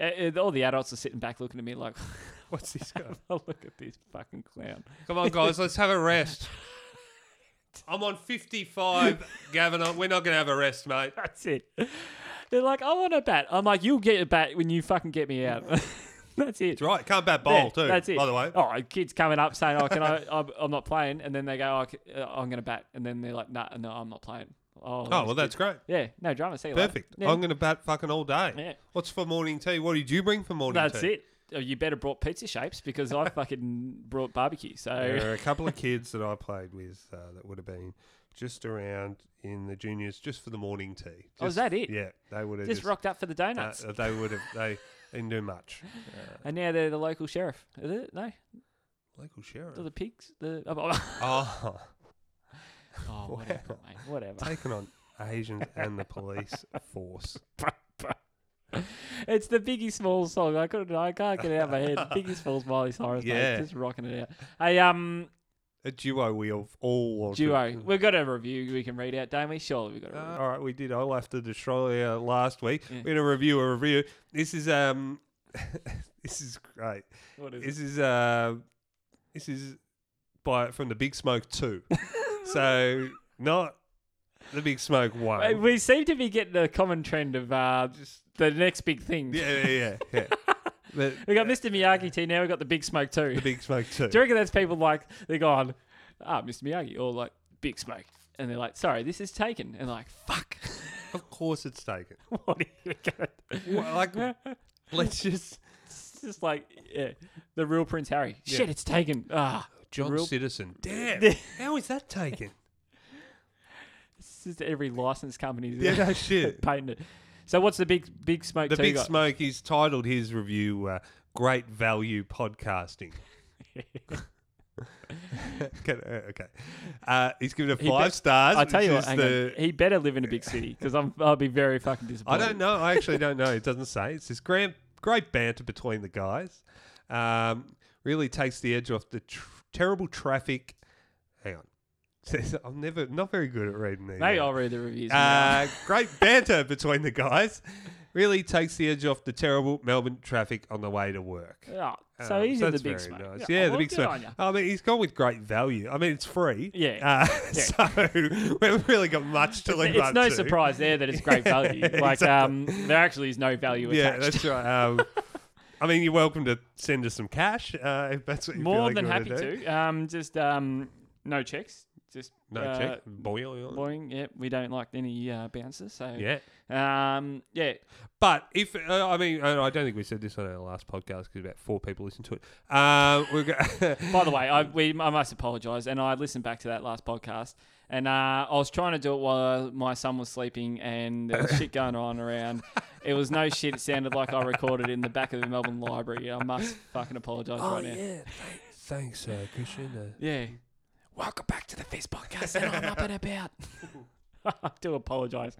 Speaker 1: Uh, uh, all the adults are sitting back looking at me like,
Speaker 2: What's this guy?
Speaker 1: "Have a look at this fucking clown.
Speaker 2: Come on, guys, let's have a rest. I'm on 55, Gavin. I- We're not going to have a rest, mate.
Speaker 1: That's it. They're like, I want a bat. I'm like, you'll get a bat when you fucking get me out. That's it.
Speaker 2: That's right. Can't bat bowl
Speaker 1: Yeah,
Speaker 2: Oh, too.
Speaker 1: That's it.
Speaker 2: By the way,
Speaker 1: oh, kids coming up saying, "Oh, can I? I'm, I'm not playing," and then they go, oh, c- uh, "I'm going to bat," and then they're like, "No, no, I'm not playing." Oh,
Speaker 2: Oh, well, that's great.
Speaker 1: yeah, no drama. See you later.
Speaker 2: Perfect.
Speaker 1: Yeah,
Speaker 2: I'm going to bat fucking all day.
Speaker 1: Yeah.
Speaker 2: What's for morning tea? What did you bring for morning
Speaker 1: that's
Speaker 2: tea?
Speaker 1: it. Oh, You better brought pizza shapes because I fucking brought barbecue. So
Speaker 2: There are a couple of kids that I played with uh, that would have been just around in the juniors, just for the morning tea.
Speaker 1: Oh, is
Speaker 2: Just-
Speaker 1: that it?
Speaker 2: Yeah, they would have
Speaker 1: just,
Speaker 2: just,
Speaker 1: rocked up for the donuts,
Speaker 2: uh, they would have. They didn't do much. Uh,
Speaker 1: and now they're the local sheriff. Is it? No,
Speaker 2: local sheriff.
Speaker 1: they're the pigs. The oh, oh,
Speaker 2: Oh,
Speaker 1: oh, whatever, mate. Whatever.
Speaker 2: taking on Asians and the police force.
Speaker 1: It's the Biggie Smalls song. I couldn't. I can't get it out of my head. Biggie Smalls, Miley Cyrus,
Speaker 2: Yeah.
Speaker 1: mate. Just rocking it out. Hey, um,
Speaker 2: A duo we have all wanted.
Speaker 1: duo. We've got a review we can read out, don't we? Surely we've got a review.
Speaker 2: Uh, all right, we did All After Australia last week.
Speaker 1: Yeah.
Speaker 2: We're going to review a review. This is um, this is great.
Speaker 1: What is
Speaker 2: This is uh, this is by from the Big Smoke two. so not the Big Smoke one.
Speaker 1: Uh, We seem to be getting a common trend of uh,
Speaker 2: Just-
Speaker 1: the next big thing.
Speaker 2: yeah, yeah, yeah. yeah. but
Speaker 1: We got Mr. Miyagi T. Now we got the Big Smoke too.
Speaker 2: the Big Smoke two.
Speaker 1: Do you reckon that's people like they're gone, ah, Mr. Miyagi, or like Big Smoke, and they're like, sorry, this is taken, and like, fuck,
Speaker 2: of course, it's taken.
Speaker 1: what are you going?
Speaker 2: Well, like, let's just
Speaker 1: It's just like yeah, the real Prince Harry. Shit, it's taken. Ah,
Speaker 2: John
Speaker 1: Real-
Speaker 2: Citizen. Damn, how is that taken?
Speaker 1: this is every license company's
Speaker 2: Yeah, no shit.
Speaker 1: painting it. So what's the big Big Smoke?
Speaker 2: The
Speaker 1: two
Speaker 2: Big
Speaker 1: got?
Speaker 2: Smoke is titled his review uh, Great Value Podcasting. okay. uh, okay. Uh, he's given it
Speaker 1: He
Speaker 2: five
Speaker 1: bet-
Speaker 2: stars.
Speaker 1: I tell
Speaker 2: which
Speaker 1: you what,
Speaker 2: is
Speaker 1: hang
Speaker 2: the-
Speaker 1: on. he better live in a big city because I'll be very fucking
Speaker 2: I
Speaker 1: disappointed.
Speaker 2: don't know. I actually don't know. It doesn't say. It's this grand, great banter between the guys. Um, really takes the edge off the tr- terrible traffic. Hang on. Says, I'm never not very good at reading these.
Speaker 1: Maybe
Speaker 2: out.
Speaker 1: I'll read the reviews.
Speaker 2: Uh, great banter between the guys. Really takes the edge off the terrible Melbourne traffic on the way to work.
Speaker 1: Oh, so
Speaker 2: Um,
Speaker 1: he's in the
Speaker 2: that's
Speaker 1: big
Speaker 2: very
Speaker 1: smoke.
Speaker 2: nice. Yeah, the
Speaker 1: well,
Speaker 2: big
Speaker 1: good
Speaker 2: smoke.
Speaker 1: on ya.
Speaker 2: I mean, he's gone with great value. I mean, it's free.
Speaker 1: Yeah.
Speaker 2: Uh, So we haven't really got much to live
Speaker 1: It's
Speaker 2: up
Speaker 1: no
Speaker 2: to.
Speaker 1: surprise there that it's great value. like um, there actually is no value
Speaker 2: Yeah,
Speaker 1: attached.
Speaker 2: that's right. Um, I mean, you're welcome to send us some cash uh, if that's what you feel
Speaker 1: More
Speaker 2: like
Speaker 1: than
Speaker 2: you wanna
Speaker 1: happy
Speaker 2: do.
Speaker 1: to. Um, just um, no checks. Just
Speaker 2: No
Speaker 1: uh,
Speaker 2: check. Boing.
Speaker 1: Boring. Yeah, we don't like any uh, bouncers. So
Speaker 2: Yeah.
Speaker 1: Um, yeah.
Speaker 2: But if uh, I mean, and I don't think we said this on our last podcast because about four people listened to it. Um, we're go-
Speaker 1: By the way, I, we, I must apologise, and I listened back to that last podcast, and uh, I was trying to do it while uh, my son was sleeping, and there was shit going on around. It was no shit. It sounded like I recorded in the back of the Melbourne Library. I must fucking apologise
Speaker 2: Oh,
Speaker 1: right now.
Speaker 2: Thanks, uh, Christian. Uh,
Speaker 1: Yeah. Welcome back to the Fizz Podcast, and I'm up and about. I do apologise.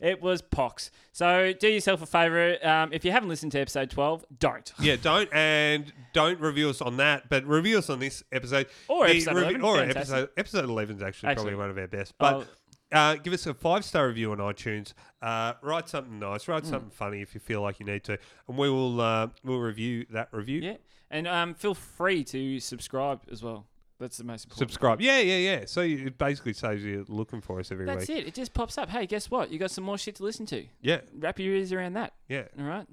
Speaker 1: It was pox. So do yourself a favour. Um, if you haven't listened to episode 12, don't.
Speaker 2: yeah, don't and don't review us on that, but review us on this episode
Speaker 1: Or
Speaker 2: The
Speaker 1: episode 11,
Speaker 2: Or
Speaker 1: fantastic.
Speaker 2: episode episode eleven is actually,
Speaker 1: Actually.
Speaker 2: probably one of our best. But uh, give us a five star review on iTunes. Uh, write something nice.
Speaker 1: Hmm.
Speaker 2: Write something funny if you feel like you need to, and we will uh, we'll review that review.
Speaker 1: Yeah. And um, feel free to subscribe as well. That's the most important.
Speaker 2: Subscribe. Yeah, yeah, yeah. So you, it basically saves you looking for us every
Speaker 1: That's
Speaker 2: week.
Speaker 1: it. It just pops up. Hey, guess what? You got some more shit to listen to.
Speaker 2: Yeah,
Speaker 1: Wrap your ears around that.
Speaker 2: yeah.
Speaker 1: All right.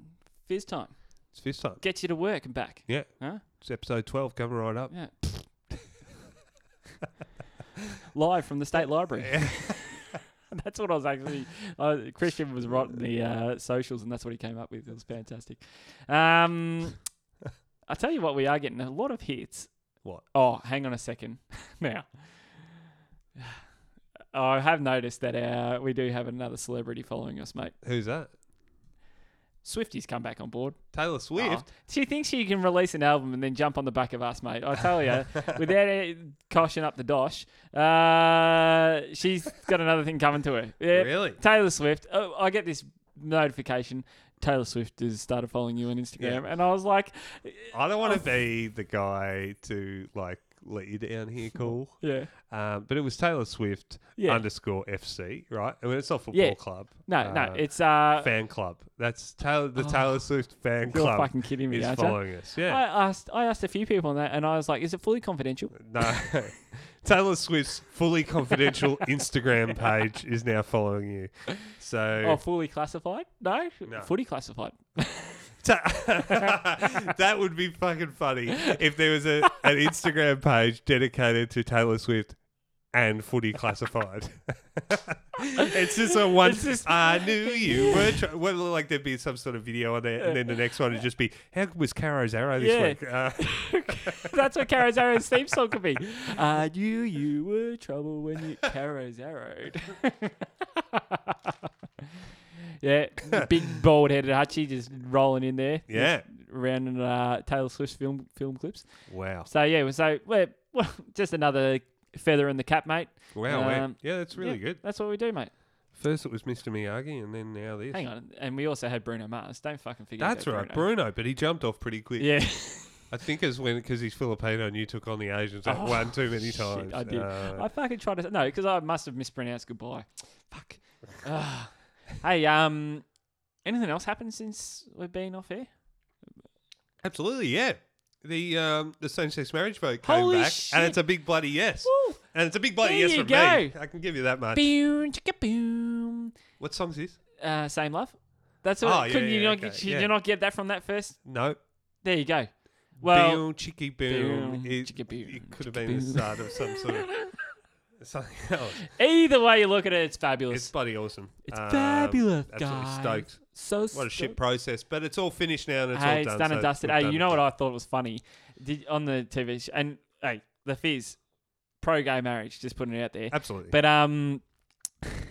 Speaker 1: Fizz time.
Speaker 2: It's this time.
Speaker 1: Get you to work and back.
Speaker 2: Yeah,
Speaker 1: Huh?
Speaker 2: it's episode twelve coming right up.
Speaker 1: Yeah. Live from the state library. that's what I was actually. Uh, Christian was rotting the uh, socials, and that's what he came up with. It was fantastic. Um, I tell you what, we are getting a lot of hits.
Speaker 2: What?
Speaker 1: Oh, hang on a second. now, I have noticed that uh, we do have another celebrity following us, mate.
Speaker 2: Who's that?
Speaker 1: Swifties come back on board.
Speaker 2: Taylor Swift.
Speaker 1: Oh, she thinks she can release an album and then jump on the back of us, mate. I tell you, without it caution up the dosh, uh, she's got another thing coming to her. Yeah,
Speaker 2: Really?
Speaker 1: Taylor Swift. Oh, I get this notification. Taylor Swift has started following you on Instagram, and I was like,
Speaker 2: I don't want
Speaker 1: Oh.
Speaker 2: to be the guy to like let you down here, cool.
Speaker 1: yeah,
Speaker 2: Um, but it was Taylor Swift
Speaker 1: Yeah.
Speaker 2: underscore FC, right? I mean, it's not football
Speaker 1: Yeah.
Speaker 2: club.
Speaker 1: no,
Speaker 2: Uh,
Speaker 1: no, it's uh, Oh.
Speaker 2: fan club. That's Taylor, the Taylor Swift fan
Speaker 1: you're
Speaker 2: club.
Speaker 1: fucking kidding me,
Speaker 2: is
Speaker 1: aren't you? Uh,
Speaker 2: following us. Yeah.
Speaker 1: I asked, I asked a few people on that, and I was like, is it fully confidential?
Speaker 2: No. Taylor Swift's fully confidential Instagram page is now following you. So
Speaker 1: Oh, fully classified? No,
Speaker 2: No.
Speaker 1: fully classified.
Speaker 2: Ta- that would be fucking funny if there was a, an Instagram page dedicated to Taylor Swift and footy classified. it's just a one.
Speaker 1: It's just-
Speaker 2: I knew you were. Try- well, like there'd be some sort of video on there, and then the next one would just be, "How was Caro's arrow this
Speaker 1: Yeah.
Speaker 2: week?" Uh,
Speaker 1: That's what Caro Zaro's theme song could be. I knew you were trouble when you Caro Zaro'd. yeah, big bald headed Hutchie just rolling in there.
Speaker 2: yeah.
Speaker 1: Rounding uh, Taylor Swift's film film clips.
Speaker 2: Wow.
Speaker 1: So yeah, so well, well, just another feather in the cap, mate.
Speaker 2: Wow. wow.
Speaker 1: Um,
Speaker 2: yeah, that's really
Speaker 1: Yeah,
Speaker 2: good.
Speaker 1: That's what we do, mate.
Speaker 2: First it was Mr. Miyagi, and then now this.
Speaker 1: Hang on, and we also had Bruno Mars. Don't fucking forget.
Speaker 2: That's
Speaker 1: about
Speaker 2: right,
Speaker 1: Bruno.
Speaker 2: Bruno. But he jumped off pretty quick.
Speaker 1: Yeah.
Speaker 2: I think it's when because he's Filipino and you took on the Asians like
Speaker 1: Oh,
Speaker 2: one too many
Speaker 1: shit,
Speaker 2: times.
Speaker 1: I did.
Speaker 2: Uh,
Speaker 1: I fucking tried to no, because I must have mispronounced goodbye. Fuck. Ah. hey, um, anything else happened since we've been off air?
Speaker 2: absolutely, yeah. The um, the same sex marriage vote came
Speaker 1: Holy
Speaker 2: back,
Speaker 1: shit.
Speaker 2: and it's a big bloody yes,
Speaker 1: Woo.
Speaker 2: and it's a big bloody
Speaker 1: There
Speaker 2: yes
Speaker 1: you
Speaker 2: from me.
Speaker 1: go.
Speaker 2: I can give you that much.
Speaker 1: Boom, chicka boom.
Speaker 2: What song's this?
Speaker 1: Uh, same love. That's all.
Speaker 2: Oh, yeah,
Speaker 1: couldn't you
Speaker 2: yeah,
Speaker 1: not?
Speaker 2: okay,
Speaker 1: get Did
Speaker 2: yeah.
Speaker 1: you not get that from that first?
Speaker 2: No.
Speaker 1: There you go. Well,
Speaker 2: boom, cheeky boom.
Speaker 1: boom,
Speaker 2: it,
Speaker 1: cheeky boom,
Speaker 2: it could have
Speaker 1: cheeky
Speaker 2: been the
Speaker 1: boom.
Speaker 2: start of some sort of something else.
Speaker 1: either way you look at it, it's fabulous.
Speaker 2: It's bloody awesome.
Speaker 1: It's
Speaker 2: Um,
Speaker 1: fabulous,
Speaker 2: Absolutely
Speaker 1: guys.
Speaker 2: stoked.
Speaker 1: so
Speaker 2: What a
Speaker 1: stoked.
Speaker 2: shit process, but it's all finished now and it's
Speaker 1: hey,
Speaker 2: all
Speaker 1: it's
Speaker 2: done.
Speaker 1: done and
Speaker 2: so
Speaker 1: dusted.
Speaker 2: we've
Speaker 1: Hey,
Speaker 2: done
Speaker 1: you
Speaker 2: it.
Speaker 1: know what I thought was funny? Did on the TV sh- and hey, the Fizz, pro gay marriage, just putting it out there.
Speaker 2: Absolutely.
Speaker 1: But um,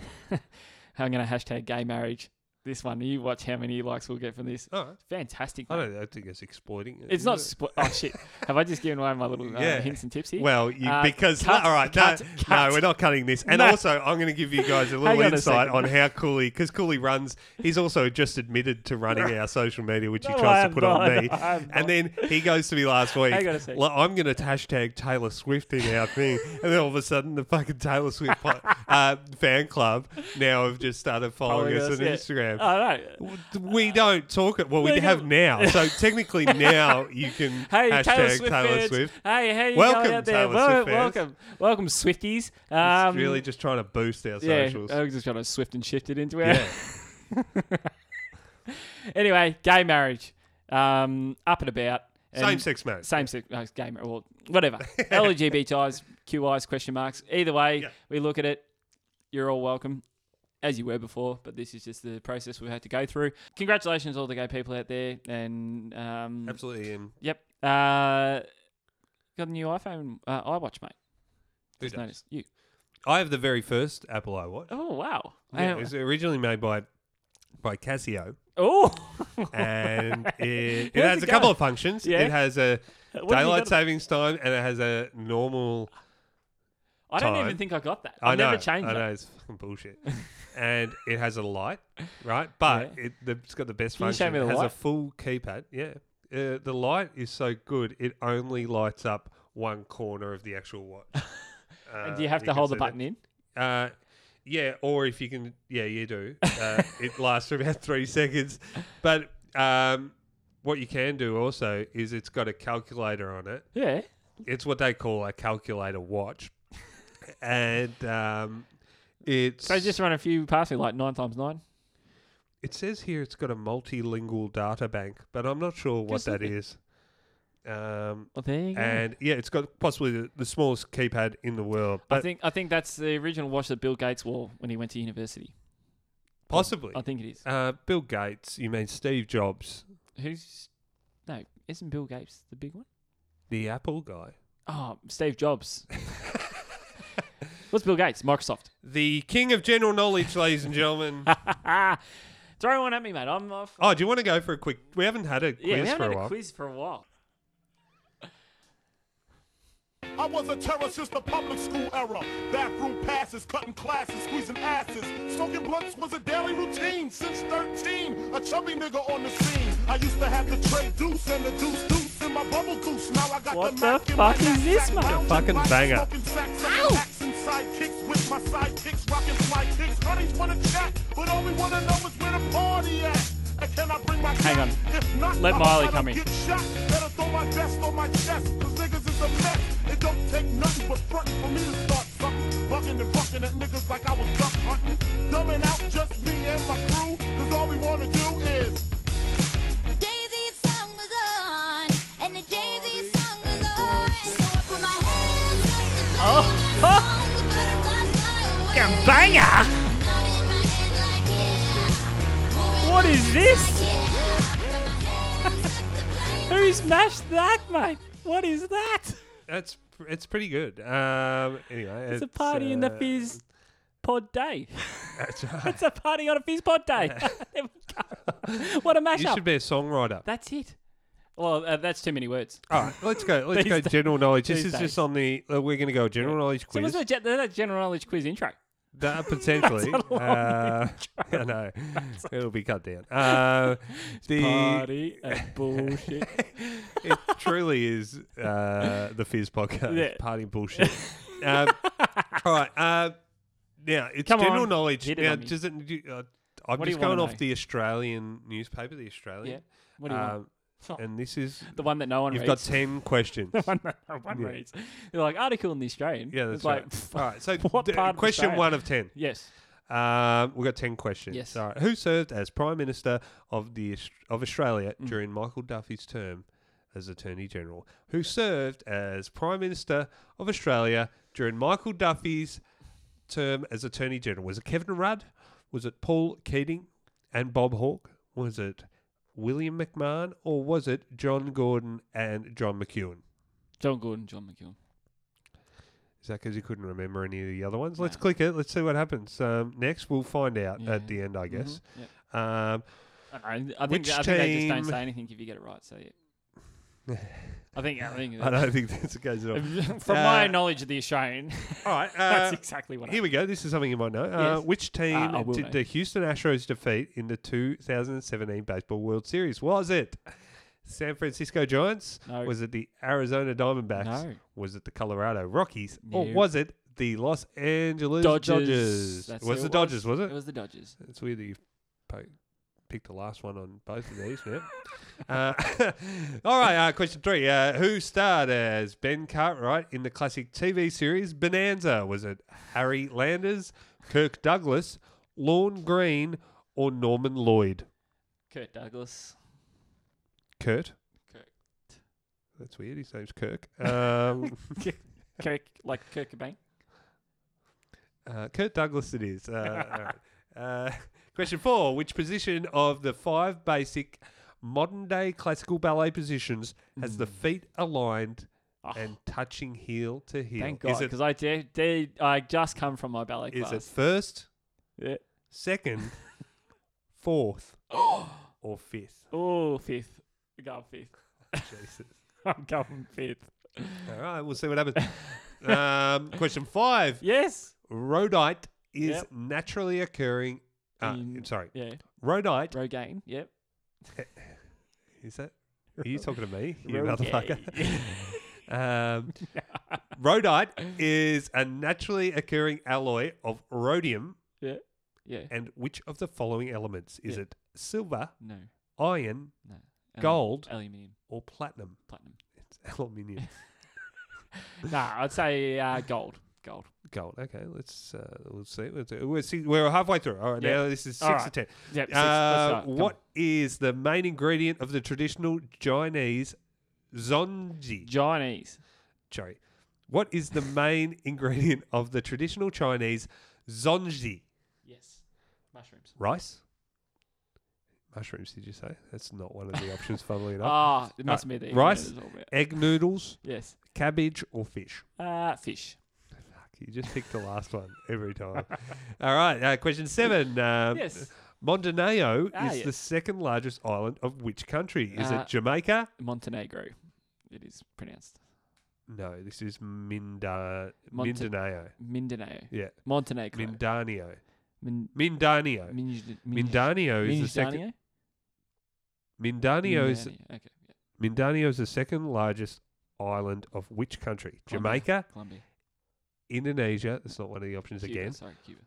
Speaker 1: I'm gonna hashtag gay marriage. This one, you watch how many likes we'll get from this.
Speaker 2: All right.
Speaker 1: Fantastic.
Speaker 2: I
Speaker 1: mate.
Speaker 2: don't I think it's exploiting. it,
Speaker 1: It's
Speaker 2: is
Speaker 1: not.
Speaker 2: it?
Speaker 1: Spo- oh shit! Have I just given away my little uh,
Speaker 2: Yeah.
Speaker 1: hints and tips here?
Speaker 2: Well, you,
Speaker 1: Uh,
Speaker 2: because
Speaker 1: cut,
Speaker 2: all right,
Speaker 1: cut,
Speaker 2: no,
Speaker 1: cut.
Speaker 2: no, we're not cutting this. And
Speaker 1: No.
Speaker 2: also, I'm going to give you guys a
Speaker 1: Hang
Speaker 2: little
Speaker 1: on a
Speaker 2: insight
Speaker 1: second.
Speaker 2: on how Cooley, because Cooley runs. He's also just admitted to running our social media, which
Speaker 1: No,
Speaker 2: he
Speaker 1: I
Speaker 2: tries
Speaker 1: am
Speaker 2: to put
Speaker 1: not.
Speaker 2: on me.
Speaker 1: I am not.
Speaker 2: and then he goes to me last week.
Speaker 1: Hang on a second.
Speaker 2: "Well, I'm going to hashtag Taylor Swift in our thing, and then all of a sudden, the fucking Taylor Swift po- uh, fan club now have just started following,
Speaker 1: Following
Speaker 2: us,
Speaker 1: us,
Speaker 2: on
Speaker 1: yeah. Oh.
Speaker 2: Instagram.
Speaker 1: I know.
Speaker 2: we don't talk it. Well, we
Speaker 1: We're
Speaker 2: have
Speaker 1: gonna-
Speaker 2: now. So technically, now you can
Speaker 1: Hey, Taylor
Speaker 2: hashtag
Speaker 1: Swift.
Speaker 2: Taylor
Speaker 1: fans.
Speaker 2: Swift.
Speaker 1: Hey, how you
Speaker 2: Welcome,
Speaker 1: going out there?
Speaker 2: Taylor
Speaker 1: Wel-
Speaker 2: Swift fans.
Speaker 1: welcome, welcome, Swifties.
Speaker 2: It's
Speaker 1: Um,
Speaker 2: really just trying to boost our
Speaker 1: yeah.
Speaker 2: socials.
Speaker 1: I was just trying to swift and shift it into it.
Speaker 2: Yeah.
Speaker 1: anyway, gay marriage. Um, up and about. and-
Speaker 2: Same sex marriage.
Speaker 1: Same sex. No, it's gay marriage. Well, whatever. LGBTIs, QIs, question marks. Either way,
Speaker 2: Yeah.
Speaker 1: we look at it. You're all welcome, as you were before. But this is just the process we've had to go through. Congratulations, to all the gay people out there. And um,
Speaker 2: Absolutely. And
Speaker 1: Yep. Uh, got a new iPhone uh, iWatch, mate.
Speaker 2: who
Speaker 1: Just
Speaker 2: does?
Speaker 1: noticed you.
Speaker 2: I have the very first Apple iWatch.
Speaker 1: Oh wow.
Speaker 2: Yeah, it
Speaker 1: Um,
Speaker 2: was originally made by by Casio,
Speaker 1: oh.
Speaker 2: and it, it
Speaker 1: How's
Speaker 2: has
Speaker 1: it
Speaker 2: a couple
Speaker 1: going?
Speaker 2: of functions.
Speaker 1: Yeah?
Speaker 2: It has a
Speaker 1: What have you
Speaker 2: daylight
Speaker 1: got-
Speaker 2: savings time, and it has a normal.
Speaker 1: I don't
Speaker 2: time.
Speaker 1: even think I got that.
Speaker 2: I
Speaker 1: I never
Speaker 2: know,
Speaker 1: changed
Speaker 2: I
Speaker 1: that.
Speaker 2: know it's fucking bullshit. and it has a light, right? But
Speaker 1: Yeah.
Speaker 2: it, the, it's got the best
Speaker 1: Can you show
Speaker 2: function.
Speaker 1: me the
Speaker 2: it has a
Speaker 1: light?
Speaker 2: full keypad. Yeah, uh, the light is so good. It only lights up one corner of the actual watch.
Speaker 1: And
Speaker 2: Uh,
Speaker 1: do you have to
Speaker 2: can
Speaker 1: hold the
Speaker 2: see that.
Speaker 1: button in?
Speaker 2: Uh, yeah, or if you can, yeah, you do. Uh, it lasts for about three seconds. But um, what you can do also is it's got a calculator on it.
Speaker 1: Yeah.
Speaker 2: It's what they call a calculator watch, and um, it's
Speaker 1: So just run a few past me, like nine times nine.
Speaker 2: it says here it's got a multilingual data bank, but I'm not sure what
Speaker 1: Just look
Speaker 2: that
Speaker 1: at-
Speaker 2: is. Um,
Speaker 1: Well, there you go.
Speaker 2: and yeah, it's got possibly the, the smallest keypad in the world,
Speaker 1: I
Speaker 2: but
Speaker 1: think I think that's the original watch that Bill Gates wore when he went to university.
Speaker 2: possibly.
Speaker 1: I think it is.
Speaker 2: uh, Bill Gates, you mean Steve Jobs,
Speaker 1: Who's no? Isn't Bill Gates the big one?
Speaker 2: the Apple guy?
Speaker 1: Oh, Steve Jobs. What's Bill Gates? Microsoft.
Speaker 2: The king of general knowledge, ladies and gentlemen.
Speaker 1: Ah, Throw one at me, mate. I'm off.
Speaker 2: Oh, do you want to go for a quick? We haven't had a quiz
Speaker 1: yeah, we
Speaker 2: for
Speaker 1: haven't
Speaker 2: a
Speaker 1: had
Speaker 2: while.
Speaker 1: a quiz for a while.
Speaker 6: I was a terror since the public school era. Bathroom passes, cutting classes, squeezing asses. Smoking blunts was a daily routine since 13. A chubby nigga on the scene. I used to have to trade deuce and the deuce deuce in my bubble goose. Now I got
Speaker 1: What
Speaker 6: the
Speaker 1: the
Speaker 6: Mac in my
Speaker 1: fuck is this,
Speaker 6: knapsack.
Speaker 1: mother-
Speaker 2: Fucking banger.
Speaker 6: Smoking sacks, sucking hacks and sidekicks with my sidekicks, rocking fly kicks. Honeys wanna chat, but all we wanna know is where the party at. And can I bring my
Speaker 1: Hang on.
Speaker 6: cat? If not,
Speaker 1: Let
Speaker 6: I'll
Speaker 1: Miley
Speaker 6: let
Speaker 1: come
Speaker 6: 'em
Speaker 1: in.
Speaker 6: get shot. Better throw my vest on my chest, 'cause niggas is a mess. It don't take nothing but front for me to start sucking. Bucking and bucking at niggas like I was duck hunting. Dumbing out just me and my crew, 'cause all we wanna do is.
Speaker 7: Daisy song was on, and the Daisy song was on. So I put my hands up to play my song, the butterflies fly away. Nodded my head
Speaker 1: What
Speaker 7: like, yeah. Moving my
Speaker 1: is
Speaker 7: hips
Speaker 1: this?
Speaker 7: like, yeah. Put my hands up to play my
Speaker 1: Who smashed that, mate? What is that?
Speaker 2: That's pr- it's pretty good. Um, anyway,
Speaker 1: It's, a party in the
Speaker 2: uh,
Speaker 1: fizz pod day.
Speaker 2: That's right.
Speaker 1: it's a party on a fizz pod day. there we go. What a
Speaker 2: You
Speaker 1: mashup.
Speaker 2: should be a songwriter.
Speaker 1: That's it. Well, uh, that's too many words.
Speaker 2: All right, let's go. Let's
Speaker 1: These
Speaker 2: go.
Speaker 1: days-
Speaker 2: General knowledge. This
Speaker 1: these
Speaker 2: is
Speaker 1: days.
Speaker 2: just on the. uh, We're going to go general knowledge
Speaker 1: So
Speaker 2: quiz.
Speaker 1: what's the gen- that general knowledge quiz intro?
Speaker 2: That potentially.
Speaker 1: That's a long
Speaker 2: uh, I know. It'll be cut down. Uh, the
Speaker 1: Party and bullshit.
Speaker 2: it truly is uh, the Fizz podcast.
Speaker 1: Yeah.
Speaker 2: Party bullshit. um, all right. Uh, now it's
Speaker 1: Come
Speaker 2: general
Speaker 1: on,
Speaker 2: knowledge.
Speaker 1: hit it
Speaker 2: now,
Speaker 1: on me.
Speaker 2: does it? do- Uh, I'm
Speaker 1: What do
Speaker 2: just
Speaker 1: you wanna
Speaker 2: going off
Speaker 1: know?
Speaker 2: the Australian newspaper, the
Speaker 1: yeah.
Speaker 2: Australian.
Speaker 1: What do you want?
Speaker 2: um, and this is
Speaker 1: The one that no one
Speaker 2: you've got
Speaker 1: reads.
Speaker 2: ten questions.
Speaker 1: one that no one
Speaker 2: Yeah.
Speaker 1: reads. They're like article in the Australian.
Speaker 2: Yeah,
Speaker 1: it's
Speaker 2: that's
Speaker 1: like,
Speaker 2: right. All right. So
Speaker 1: what
Speaker 2: d-
Speaker 1: part of
Speaker 2: question
Speaker 1: Australia?
Speaker 2: one of ten.
Speaker 1: Yes.
Speaker 2: Um, we've got 10 questions.
Speaker 1: Yes.
Speaker 2: All right. Who served as Prime Minister of the Aus- of Australia during Michael Duffy's term as Attorney General? Who served as Prime Minister of Australia during Michael Duffy's term as Attorney General? Was it Kevin Rudd? Was it Paul Keating and Bob Hawke? Was it William McMahon? Or was it John Gordon and John McEwen?
Speaker 1: John Gordon, John McEwen.
Speaker 2: Is that because you couldn't remember any of the other ones? Let's click it. Let's see what happens. Um, next, we'll find out
Speaker 1: Yeah. Mm-hmm.
Speaker 2: at the end, I guess.
Speaker 1: Yep.
Speaker 2: Um,
Speaker 1: I, don't know. I think,
Speaker 2: Which
Speaker 1: I think they just don't
Speaker 2: team-
Speaker 1: say anything if you get it right. So yeah. I think I think
Speaker 2: I don't think that's the case at all.
Speaker 1: from my
Speaker 2: Uh,
Speaker 1: knowledge of the Australian,
Speaker 2: All right. Uh,
Speaker 1: that's exactly what I
Speaker 2: Here we go. This is something you might know. Uh,
Speaker 1: Yes.
Speaker 2: Which team
Speaker 1: Uh, I will
Speaker 2: did
Speaker 1: know.
Speaker 2: the Houston Astros defeat in the 2017 Baseball World Series? Was it San Francisco Giants?
Speaker 1: No.
Speaker 2: Was it the Arizona Diamondbacks?
Speaker 1: No.
Speaker 2: Was it the Colorado Rockies? Or
Speaker 1: No.
Speaker 2: was it the Los Angeles
Speaker 1: Dodgers.
Speaker 2: Dodgers?
Speaker 1: That's
Speaker 2: was
Speaker 1: who
Speaker 2: the
Speaker 1: it
Speaker 2: Dodgers, was
Speaker 1: It
Speaker 2: it?
Speaker 1: was the Dodgers.
Speaker 2: It's weird that you po- picked the last one on both of these, yeah. Uh, all right, uh, question three. Uh, who starred as Ben Cartwright in the classic TV series Bonanza? Was it Harry Landers, Kirk Douglas, Lorne Green, or Norman Lloyd?
Speaker 1: Kurt Douglas.
Speaker 2: Kurt.
Speaker 1: Kirk.
Speaker 2: That's weird. His name's Kirk. Um,
Speaker 1: Kirk, like Kirk Cobain.
Speaker 2: Uh, Kurt Douglas, it is. Uh, all right. Uh, question four Which position of the five basic modern day classical ballet positions has
Speaker 1: Hmm.
Speaker 2: the feet aligned and touching heel to heel?
Speaker 1: Ah. Thank God,
Speaker 2: Is it,
Speaker 1: because I did, did. I just come from my ballet
Speaker 2: is
Speaker 1: class.
Speaker 2: it first,
Speaker 1: Yeah.
Speaker 2: second, fourth, or fifth?
Speaker 1: Oh, fifth. I'm going fifth.
Speaker 2: Jesus.
Speaker 1: I'm going fifth.
Speaker 2: All right, we'll see what happens. um, question five
Speaker 1: Yes.
Speaker 2: Rhodite is
Speaker 1: Yep.
Speaker 2: naturally occurring. Uh,
Speaker 1: In-
Speaker 2: I'm sorry.
Speaker 1: Yeah.
Speaker 2: Rhodite
Speaker 1: Rogaine. Yep.
Speaker 2: Is that? Are you talking to me, you
Speaker 1: Rogaine.
Speaker 2: motherfucker? Um, rhodite is a naturally occurring alloy of rhodium
Speaker 1: yeah. Yeah.
Speaker 2: and which of the following elements? Is
Speaker 1: Yeah.
Speaker 2: it silver,
Speaker 1: No.
Speaker 2: iron,
Speaker 1: No.
Speaker 2: Gold.
Speaker 1: Aluminium.
Speaker 2: or platinum?
Speaker 1: Platinum.
Speaker 2: It's aluminium.
Speaker 1: Nah, I'd say uh, gold. Gold.
Speaker 2: Gold. Okay, let's uh, let's see. Let's, we're, see. we're halfway through. All right,
Speaker 1: Yeah.
Speaker 2: now this is six
Speaker 1: All
Speaker 2: to
Speaker 1: right.
Speaker 2: ten.
Speaker 1: Yep, six. Let's
Speaker 2: Uh,
Speaker 1: start. Come
Speaker 2: what
Speaker 1: on.
Speaker 2: is the main ingredient of the traditional Chinese zonji?
Speaker 1: Chinese.
Speaker 2: Sorry. What is the main ingredient of the traditional Chinese zonji?
Speaker 1: Yes. Mushrooms.
Speaker 2: Rice? Mushrooms, did you say? That's not one of the options, funnily enough.
Speaker 1: Ah, it must be
Speaker 2: Alright,
Speaker 1: the
Speaker 2: Oh. Uh, rice,
Speaker 1: ingredients all
Speaker 2: egg noodles,
Speaker 1: about- Yes.
Speaker 2: cabbage, or fish?
Speaker 1: Uh, fish.
Speaker 2: Fuck, you just picked the last one every time. All right, uh, question seven. Um,
Speaker 1: Yes.
Speaker 2: Montenegro
Speaker 1: Ah,
Speaker 2: is
Speaker 1: yeah.
Speaker 2: the second largest island of which country? Is
Speaker 1: Uh,
Speaker 2: it Jamaica?
Speaker 1: Montenegro, it is pronounced
Speaker 2: No, this is Minda-
Speaker 1: Monte-
Speaker 2: Mindanao.
Speaker 1: Mindanao.
Speaker 2: Yeah,
Speaker 1: Montenegro.
Speaker 2: Mindanao.
Speaker 1: Min-
Speaker 2: Mindanao.
Speaker 1: Mindanao.
Speaker 2: Mindanao is the second.
Speaker 1: Mindanao?
Speaker 2: Mindanao is
Speaker 1: Mindanao, Okay. yeah.
Speaker 2: Mindanao is the second largest island of which country?
Speaker 1: Colombia,
Speaker 2: Jamaica,
Speaker 1: Colombia.
Speaker 2: Indonesia. That's not one of the options
Speaker 1: Cuba,
Speaker 2: again.
Speaker 1: Sorry, Cuba.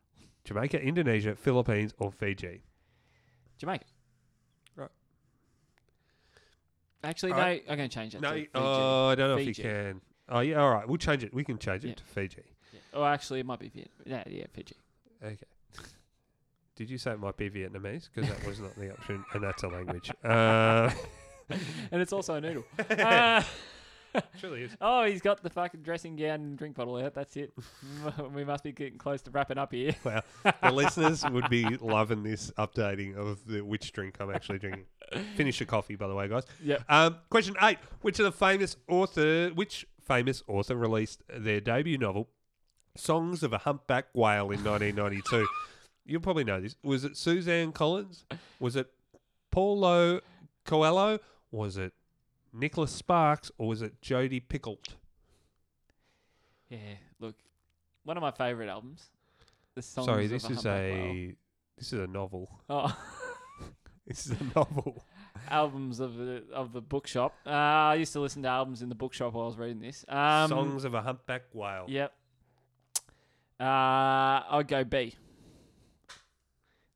Speaker 2: Jamaica, Indonesia, Philippines, or Fiji.
Speaker 1: Jamaica.
Speaker 2: Right.
Speaker 1: Actually,
Speaker 2: All
Speaker 1: no,
Speaker 2: right.
Speaker 1: I'm going to change that.
Speaker 2: No,
Speaker 1: to
Speaker 2: you-
Speaker 1: Fiji.
Speaker 2: oh, I don't know if
Speaker 1: Fiji.
Speaker 2: you can. Oh, yeah, all right. We'll change it. We can change it
Speaker 1: Yeah.
Speaker 2: to Fiji.
Speaker 1: Yeah. Oh, actually, it might be Vietnam. Yeah, yeah, Fiji.
Speaker 2: Okay. Did you say it might be Vietnamese? Because that was not the option, and that's a language. Uh,
Speaker 1: And it's also a noodle. Uh,
Speaker 2: truly is.
Speaker 1: oh, he's got the fucking dressing gown and drink bottle out. That's it. we must be getting close to wrapping up here.
Speaker 2: Wow. The listeners would be loving this updating of the, which drink I'm actually drinking. Finish your coffee, by the way, guys.
Speaker 1: Yep.
Speaker 2: Um, question eight: Which of the famous author, which famous author released their debut novel, "Songs of a Humpback Whale" in 1992? You'll probably know this. Was it Suzanne Collins? Was it Paulo Coelho? Was it Nicholas Sparks? Or was it Jodie Picoult?
Speaker 1: Yeah, look, one of my favourite albums. The songs
Speaker 2: Sorry,
Speaker 1: of
Speaker 2: this is
Speaker 1: Humpback
Speaker 2: a
Speaker 1: Whale.
Speaker 2: this is a novel.
Speaker 1: Oh.
Speaker 2: This is a novel.
Speaker 1: albums of the of the bookshop. Uh, I used to listen to albums in the bookshop while I was reading this. Um,
Speaker 2: Songs of a Humpback Whale.
Speaker 1: Yep. Uh, I'll go B.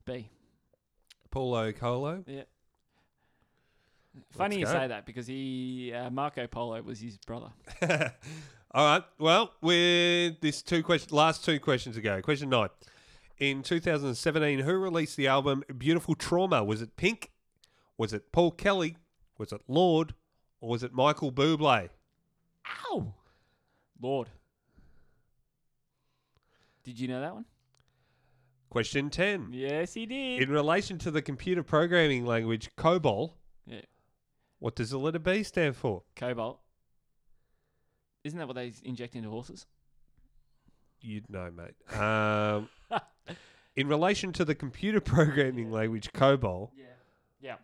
Speaker 1: B.
Speaker 2: Paulo Coelho.
Speaker 1: Yeah. Funny you
Speaker 2: go.
Speaker 1: say that because he uh, Marco Polo was his brother.
Speaker 2: All right. Well, with this two question, last two questions ago. Question nine. In 2017, who released the album Beautiful Trauma? Was it Pink? Was it Paul Kelly? Was it Lord? Or was it Michael Bublé?
Speaker 1: Ow, Lord. Did you know that one?
Speaker 2: Question 10.
Speaker 1: Yes, he did.
Speaker 2: In relation to the computer programming language COBOL,
Speaker 1: yeah,
Speaker 2: what does the letter B stand for?
Speaker 1: cobalt. Isn't that what they inject into horses?
Speaker 2: You'd know, mate. Um, in relation to the computer programming language COBOL,
Speaker 1: Yeah. Yeah.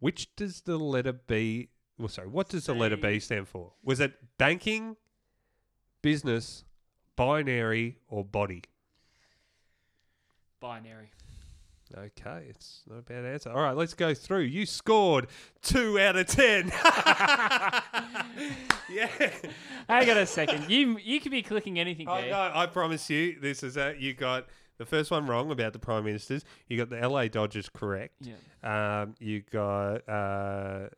Speaker 2: Which does the letter B? Well, sorry, what does the letter B
Speaker 1: Say-
Speaker 2: stand for? Was it banking, business, binary, or body?
Speaker 1: Binary.
Speaker 2: Okay, it's not a bad answer. All right, let's go through. You scored two out of ten. yeah.
Speaker 1: Hang on a second. You you could be clicking anything
Speaker 2: Oh,
Speaker 1: there.
Speaker 2: no, I promise you, this is that you got the first one wrong about the prime ministers. You got the LA Dodgers correct.
Speaker 1: Yeah.
Speaker 2: Um, you got uh, uh,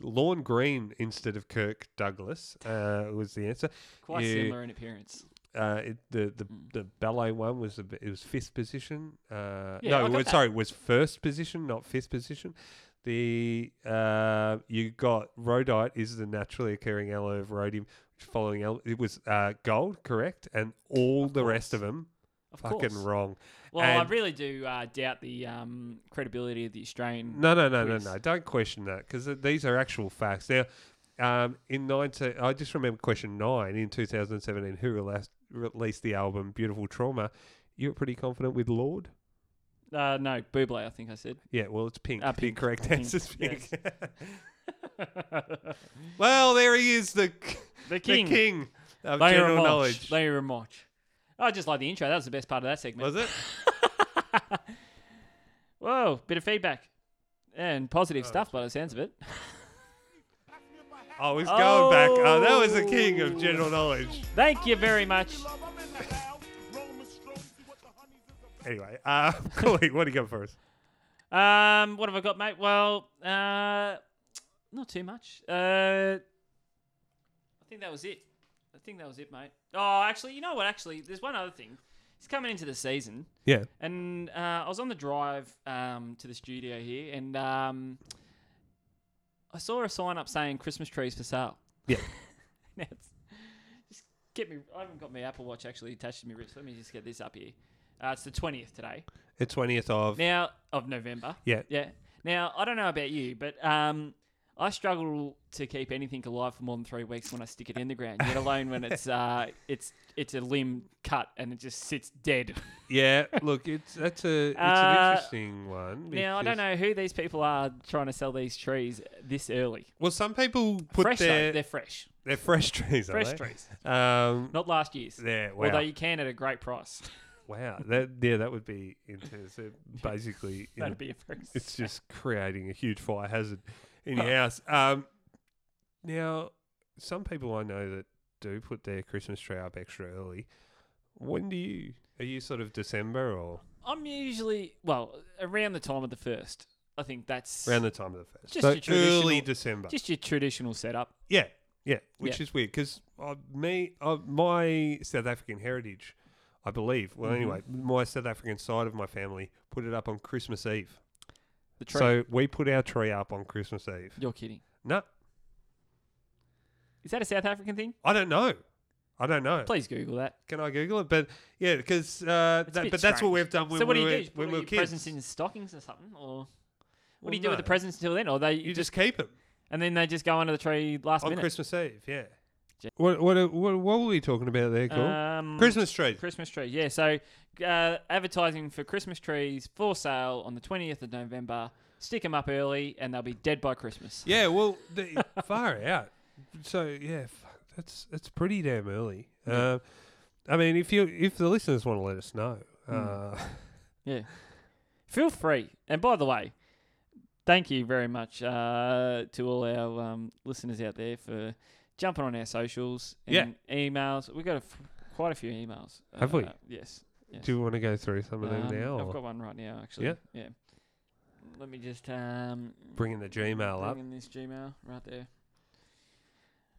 Speaker 2: Lawn Green instead of Kirk Douglas uh, was the answer.
Speaker 1: Quite
Speaker 2: You-
Speaker 1: similar in appearance.
Speaker 2: Uh, it, the
Speaker 1: Hmm.
Speaker 2: the the ballet one was the, b- it was fifth position. Uh,
Speaker 1: Yeah, I
Speaker 2: no,
Speaker 1: got
Speaker 2: it was,
Speaker 1: that.
Speaker 2: sorry, it was first position, not fifth position. The uh, you got rhodite is the naturally occurring alloy of rhodium, which following al- it was uh, gold, correct, and all the rest of them
Speaker 1: Of
Speaker 2: fucking
Speaker 1: course.
Speaker 2: wrong.
Speaker 1: Well, I
Speaker 2: And-
Speaker 1: really do uh, doubt the um, credibility of the Australian.
Speaker 2: No, no, no, no,
Speaker 1: quiz.
Speaker 2: no. Don't question that because these are actual facts. Now, um, in 19, I just remember question nine in 2017, who released, released the album Beautiful Trauma? You were pretty confident with Lord?
Speaker 1: Uh, no, Buble, I think I said.
Speaker 2: Yeah, well, it's Pink.
Speaker 1: Ah,
Speaker 2: The
Speaker 1: Pink.
Speaker 2: correct
Speaker 1: Pink,
Speaker 2: answer is Pink. well, there he is, the,
Speaker 1: The king.
Speaker 2: king, the king of
Speaker 1: Larry
Speaker 2: general
Speaker 1: Ramach.
Speaker 2: knowledge.
Speaker 1: Larry Ramach. I just like the intro. That was the best part of that segment.
Speaker 2: Was it?
Speaker 1: Whoa, bit of feedback. And positive stuff by the sounds of it.
Speaker 2: I was going back. Oh, that was the king of general knowledge.
Speaker 1: Thank you very much.
Speaker 2: Anyway, uh, Cooley, what do you got for us?
Speaker 1: Um, what have I got, mate? Well, uh, not too much. Uh, I think that was it. I think that was it, mate. Oh, actually, you know what? Actually, there's one other thing. It's coming into the season,
Speaker 2: Yeah.
Speaker 1: and uh, I was on the drive um, to the studio here, and um, I saw a sign up saying Christmas trees for sale.
Speaker 2: Yeah.
Speaker 1: Now it's- just get me. I haven't got my Apple Watch actually attached to my wrist. Let me just get this up here. Uh, it's the twentieth today.
Speaker 2: The 20th of.
Speaker 1: Now of November.
Speaker 2: Yeah.
Speaker 1: Yeah. Now I don't know about you, but um, I struggle to keep anything alive for more than three weeks when I stick it in the ground, let alone when it's uh, it's it's a limb cut and it just sits dead.
Speaker 2: Yeah, look, it's that's a it's
Speaker 1: Uh,
Speaker 2: an interesting one.
Speaker 1: now I don't
Speaker 2: because-
Speaker 1: know who these people are trying to sell these trees this early.
Speaker 2: Well, some people put
Speaker 1: fresh
Speaker 2: their
Speaker 1: though, they're fresh,
Speaker 2: they're fresh trees.
Speaker 1: fresh
Speaker 2: are they?
Speaker 1: trees,
Speaker 2: Um,
Speaker 1: not last year's.
Speaker 2: yeah, wow,
Speaker 1: Although you can at a great price,
Speaker 2: wow. That yeah, that would be intense. They're basically, in a-
Speaker 1: that'd be a first.
Speaker 2: it's just creating a huge fire hazard in your house. Um, now, some people I know that do put their Christmas tree up extra early. When do you? Are you sort of December or
Speaker 1: I'm usually well around the time of the first. I think that's
Speaker 2: around the time of the first?
Speaker 1: Just
Speaker 2: So
Speaker 1: your traditional-
Speaker 2: early December.
Speaker 1: just your traditional setup.
Speaker 2: Yeah, yeah, which
Speaker 1: Yeah.
Speaker 2: is weird because uh, me, uh, my South African heritage, I believe. Well,
Speaker 1: Mm-hmm.
Speaker 2: anyway, my South African side of my family put it up on Christmas Eve.
Speaker 1: The tree.
Speaker 2: So we put our tree up on Christmas Eve.
Speaker 1: You're kidding.
Speaker 2: No,
Speaker 1: Is that a South African thing?
Speaker 2: I don't know. I don't know.
Speaker 1: Please Google that.
Speaker 2: Can I Google it? But yeah, because uh,
Speaker 1: It's a
Speaker 2: that,
Speaker 1: bit
Speaker 2: but that's what
Speaker 1: strange.
Speaker 2: we've done when
Speaker 1: so what do
Speaker 2: we
Speaker 1: you
Speaker 2: were,
Speaker 1: do? Just put
Speaker 2: when
Speaker 1: all
Speaker 2: we were
Speaker 1: your
Speaker 2: kids.
Speaker 1: presents in stockings or something, or what
Speaker 2: Well,
Speaker 1: do you do with the
Speaker 2: no.
Speaker 1: presents until then? Or they
Speaker 2: You just keep them
Speaker 1: and then they just go under the tree last
Speaker 2: on
Speaker 1: minute.
Speaker 2: Christmas Eve. Yeah.
Speaker 1: Ge-
Speaker 2: What what what, what were we talking about there? Cool.
Speaker 1: Um,
Speaker 2: Christmas trees.
Speaker 1: Christmas tree, yeah. So, uh, advertising for Christmas trees for sale on the twentieth of November. Stick them up early, and they'll be dead by Christmas.
Speaker 2: Yeah, well, the, far out. So yeah, fuck, that's that's pretty damn early. Um, I mean, if you if the listeners want to let us know,
Speaker 1: Hmm.
Speaker 2: uh,
Speaker 1: Yeah. Feel free. And by the way, thank you very much uh, to all our um, listeners out there for jumping on our socials and emails. We got a f- quite a few emails. uh,
Speaker 2: Have we?
Speaker 1: Yes. yes.
Speaker 2: do you want to go through some of them
Speaker 1: Um,
Speaker 2: now?
Speaker 1: I've
Speaker 2: or
Speaker 1: got one right now, actually.
Speaker 2: Yeah.
Speaker 1: Yeah. Let me just um,
Speaker 2: Bringing the Gmail up.
Speaker 1: bring in this Gmail right there.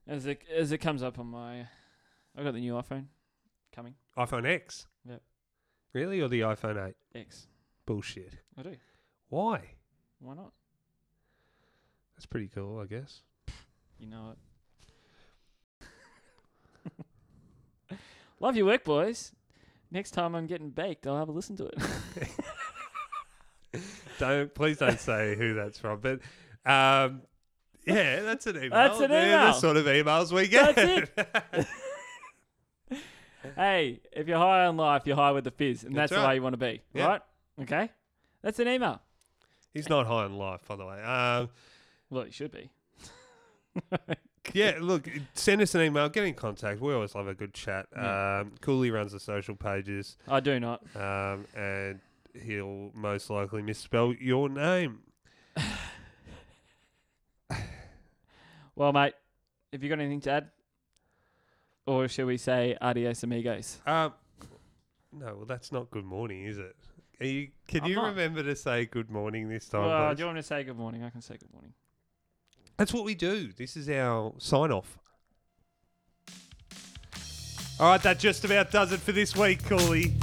Speaker 1: As it as it comes up on my, I've got the new iPhone coming.
Speaker 2: iPhone X.
Speaker 1: Yep.
Speaker 2: Really, or the iPhone eight?
Speaker 1: X.
Speaker 2: Bullshit.
Speaker 1: I do.
Speaker 2: Why?
Speaker 1: Why not?
Speaker 2: That's pretty cool, I guess.
Speaker 1: You know it. Love your work, boys. Next time I'm getting baked, I'll have a listen to it.
Speaker 2: Don't please don't say who that's from, but. Um, yeah, that's an email.
Speaker 1: That's an
Speaker 2: They're the
Speaker 1: email.
Speaker 2: sort of emails we get.
Speaker 1: That's hey, if you're high on life, you're high with the fizz, and that's,
Speaker 2: That's
Speaker 1: the way
Speaker 2: right.
Speaker 1: you want to be,
Speaker 2: Yeah.
Speaker 1: right? Okay, that's an email.
Speaker 2: He's not high on life, by the way. Um,
Speaker 1: Well, it should be.
Speaker 2: yeah, look, send us an email, get in contact. We always love a good chat.
Speaker 1: Yeah.
Speaker 2: Um, Cooley runs the social pages,
Speaker 1: I do not.
Speaker 2: um, and he'll most likely misspell your name.
Speaker 1: Well, mate, have you got anything to add, or shall we say adios, amigos?
Speaker 2: Um, no, well, that's not good morning, is it? Are you, can
Speaker 1: I'm
Speaker 2: you
Speaker 1: not.
Speaker 2: remember to say good morning this time?
Speaker 1: well,
Speaker 2: please?
Speaker 1: Uh, do you want me to say good morning? I can say good morning.
Speaker 2: That's what we do. This is our sign off. All right, that just about does it for this week, Cooley.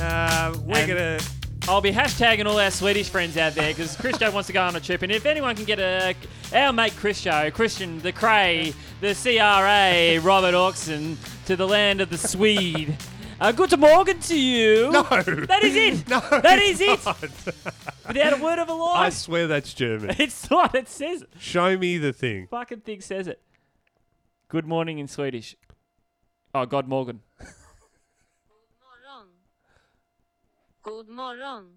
Speaker 2: Um, we're
Speaker 1: And-
Speaker 2: going to.
Speaker 1: I'll be hashtagging all our Swedish friends out there because Christo wants to go on a trip. And if anyone can get a our mate Christo, Christian, the Cray, the CRA, Robert Oxen, to the land of the Swede. Uh, good morning to you.
Speaker 2: No!
Speaker 1: That is it.
Speaker 2: No!
Speaker 1: That is it.
Speaker 2: it!
Speaker 1: Without a word of a
Speaker 2: I
Speaker 1: lie.
Speaker 2: swear that's German.
Speaker 1: It's not. It says it.
Speaker 2: Show me the thing.
Speaker 1: Fucking thing says it. Good morning in Swedish. Oh, God Morgan.
Speaker 8: morgon. God morgon.
Speaker 1: Good morning.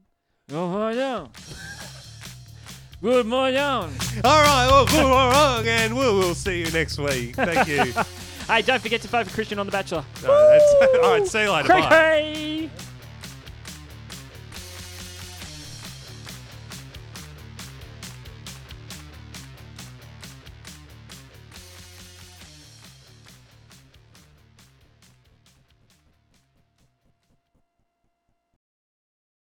Speaker 1: Good morning.
Speaker 2: All right, well, good, all wrong, and we'll, we'll see you next week. Thank you.
Speaker 1: Hey, don't forget to vote for Christian on The Bachelor.
Speaker 2: No, that's- all right, see you later.
Speaker 1: Cray
Speaker 2: Bye.
Speaker 1: Cray.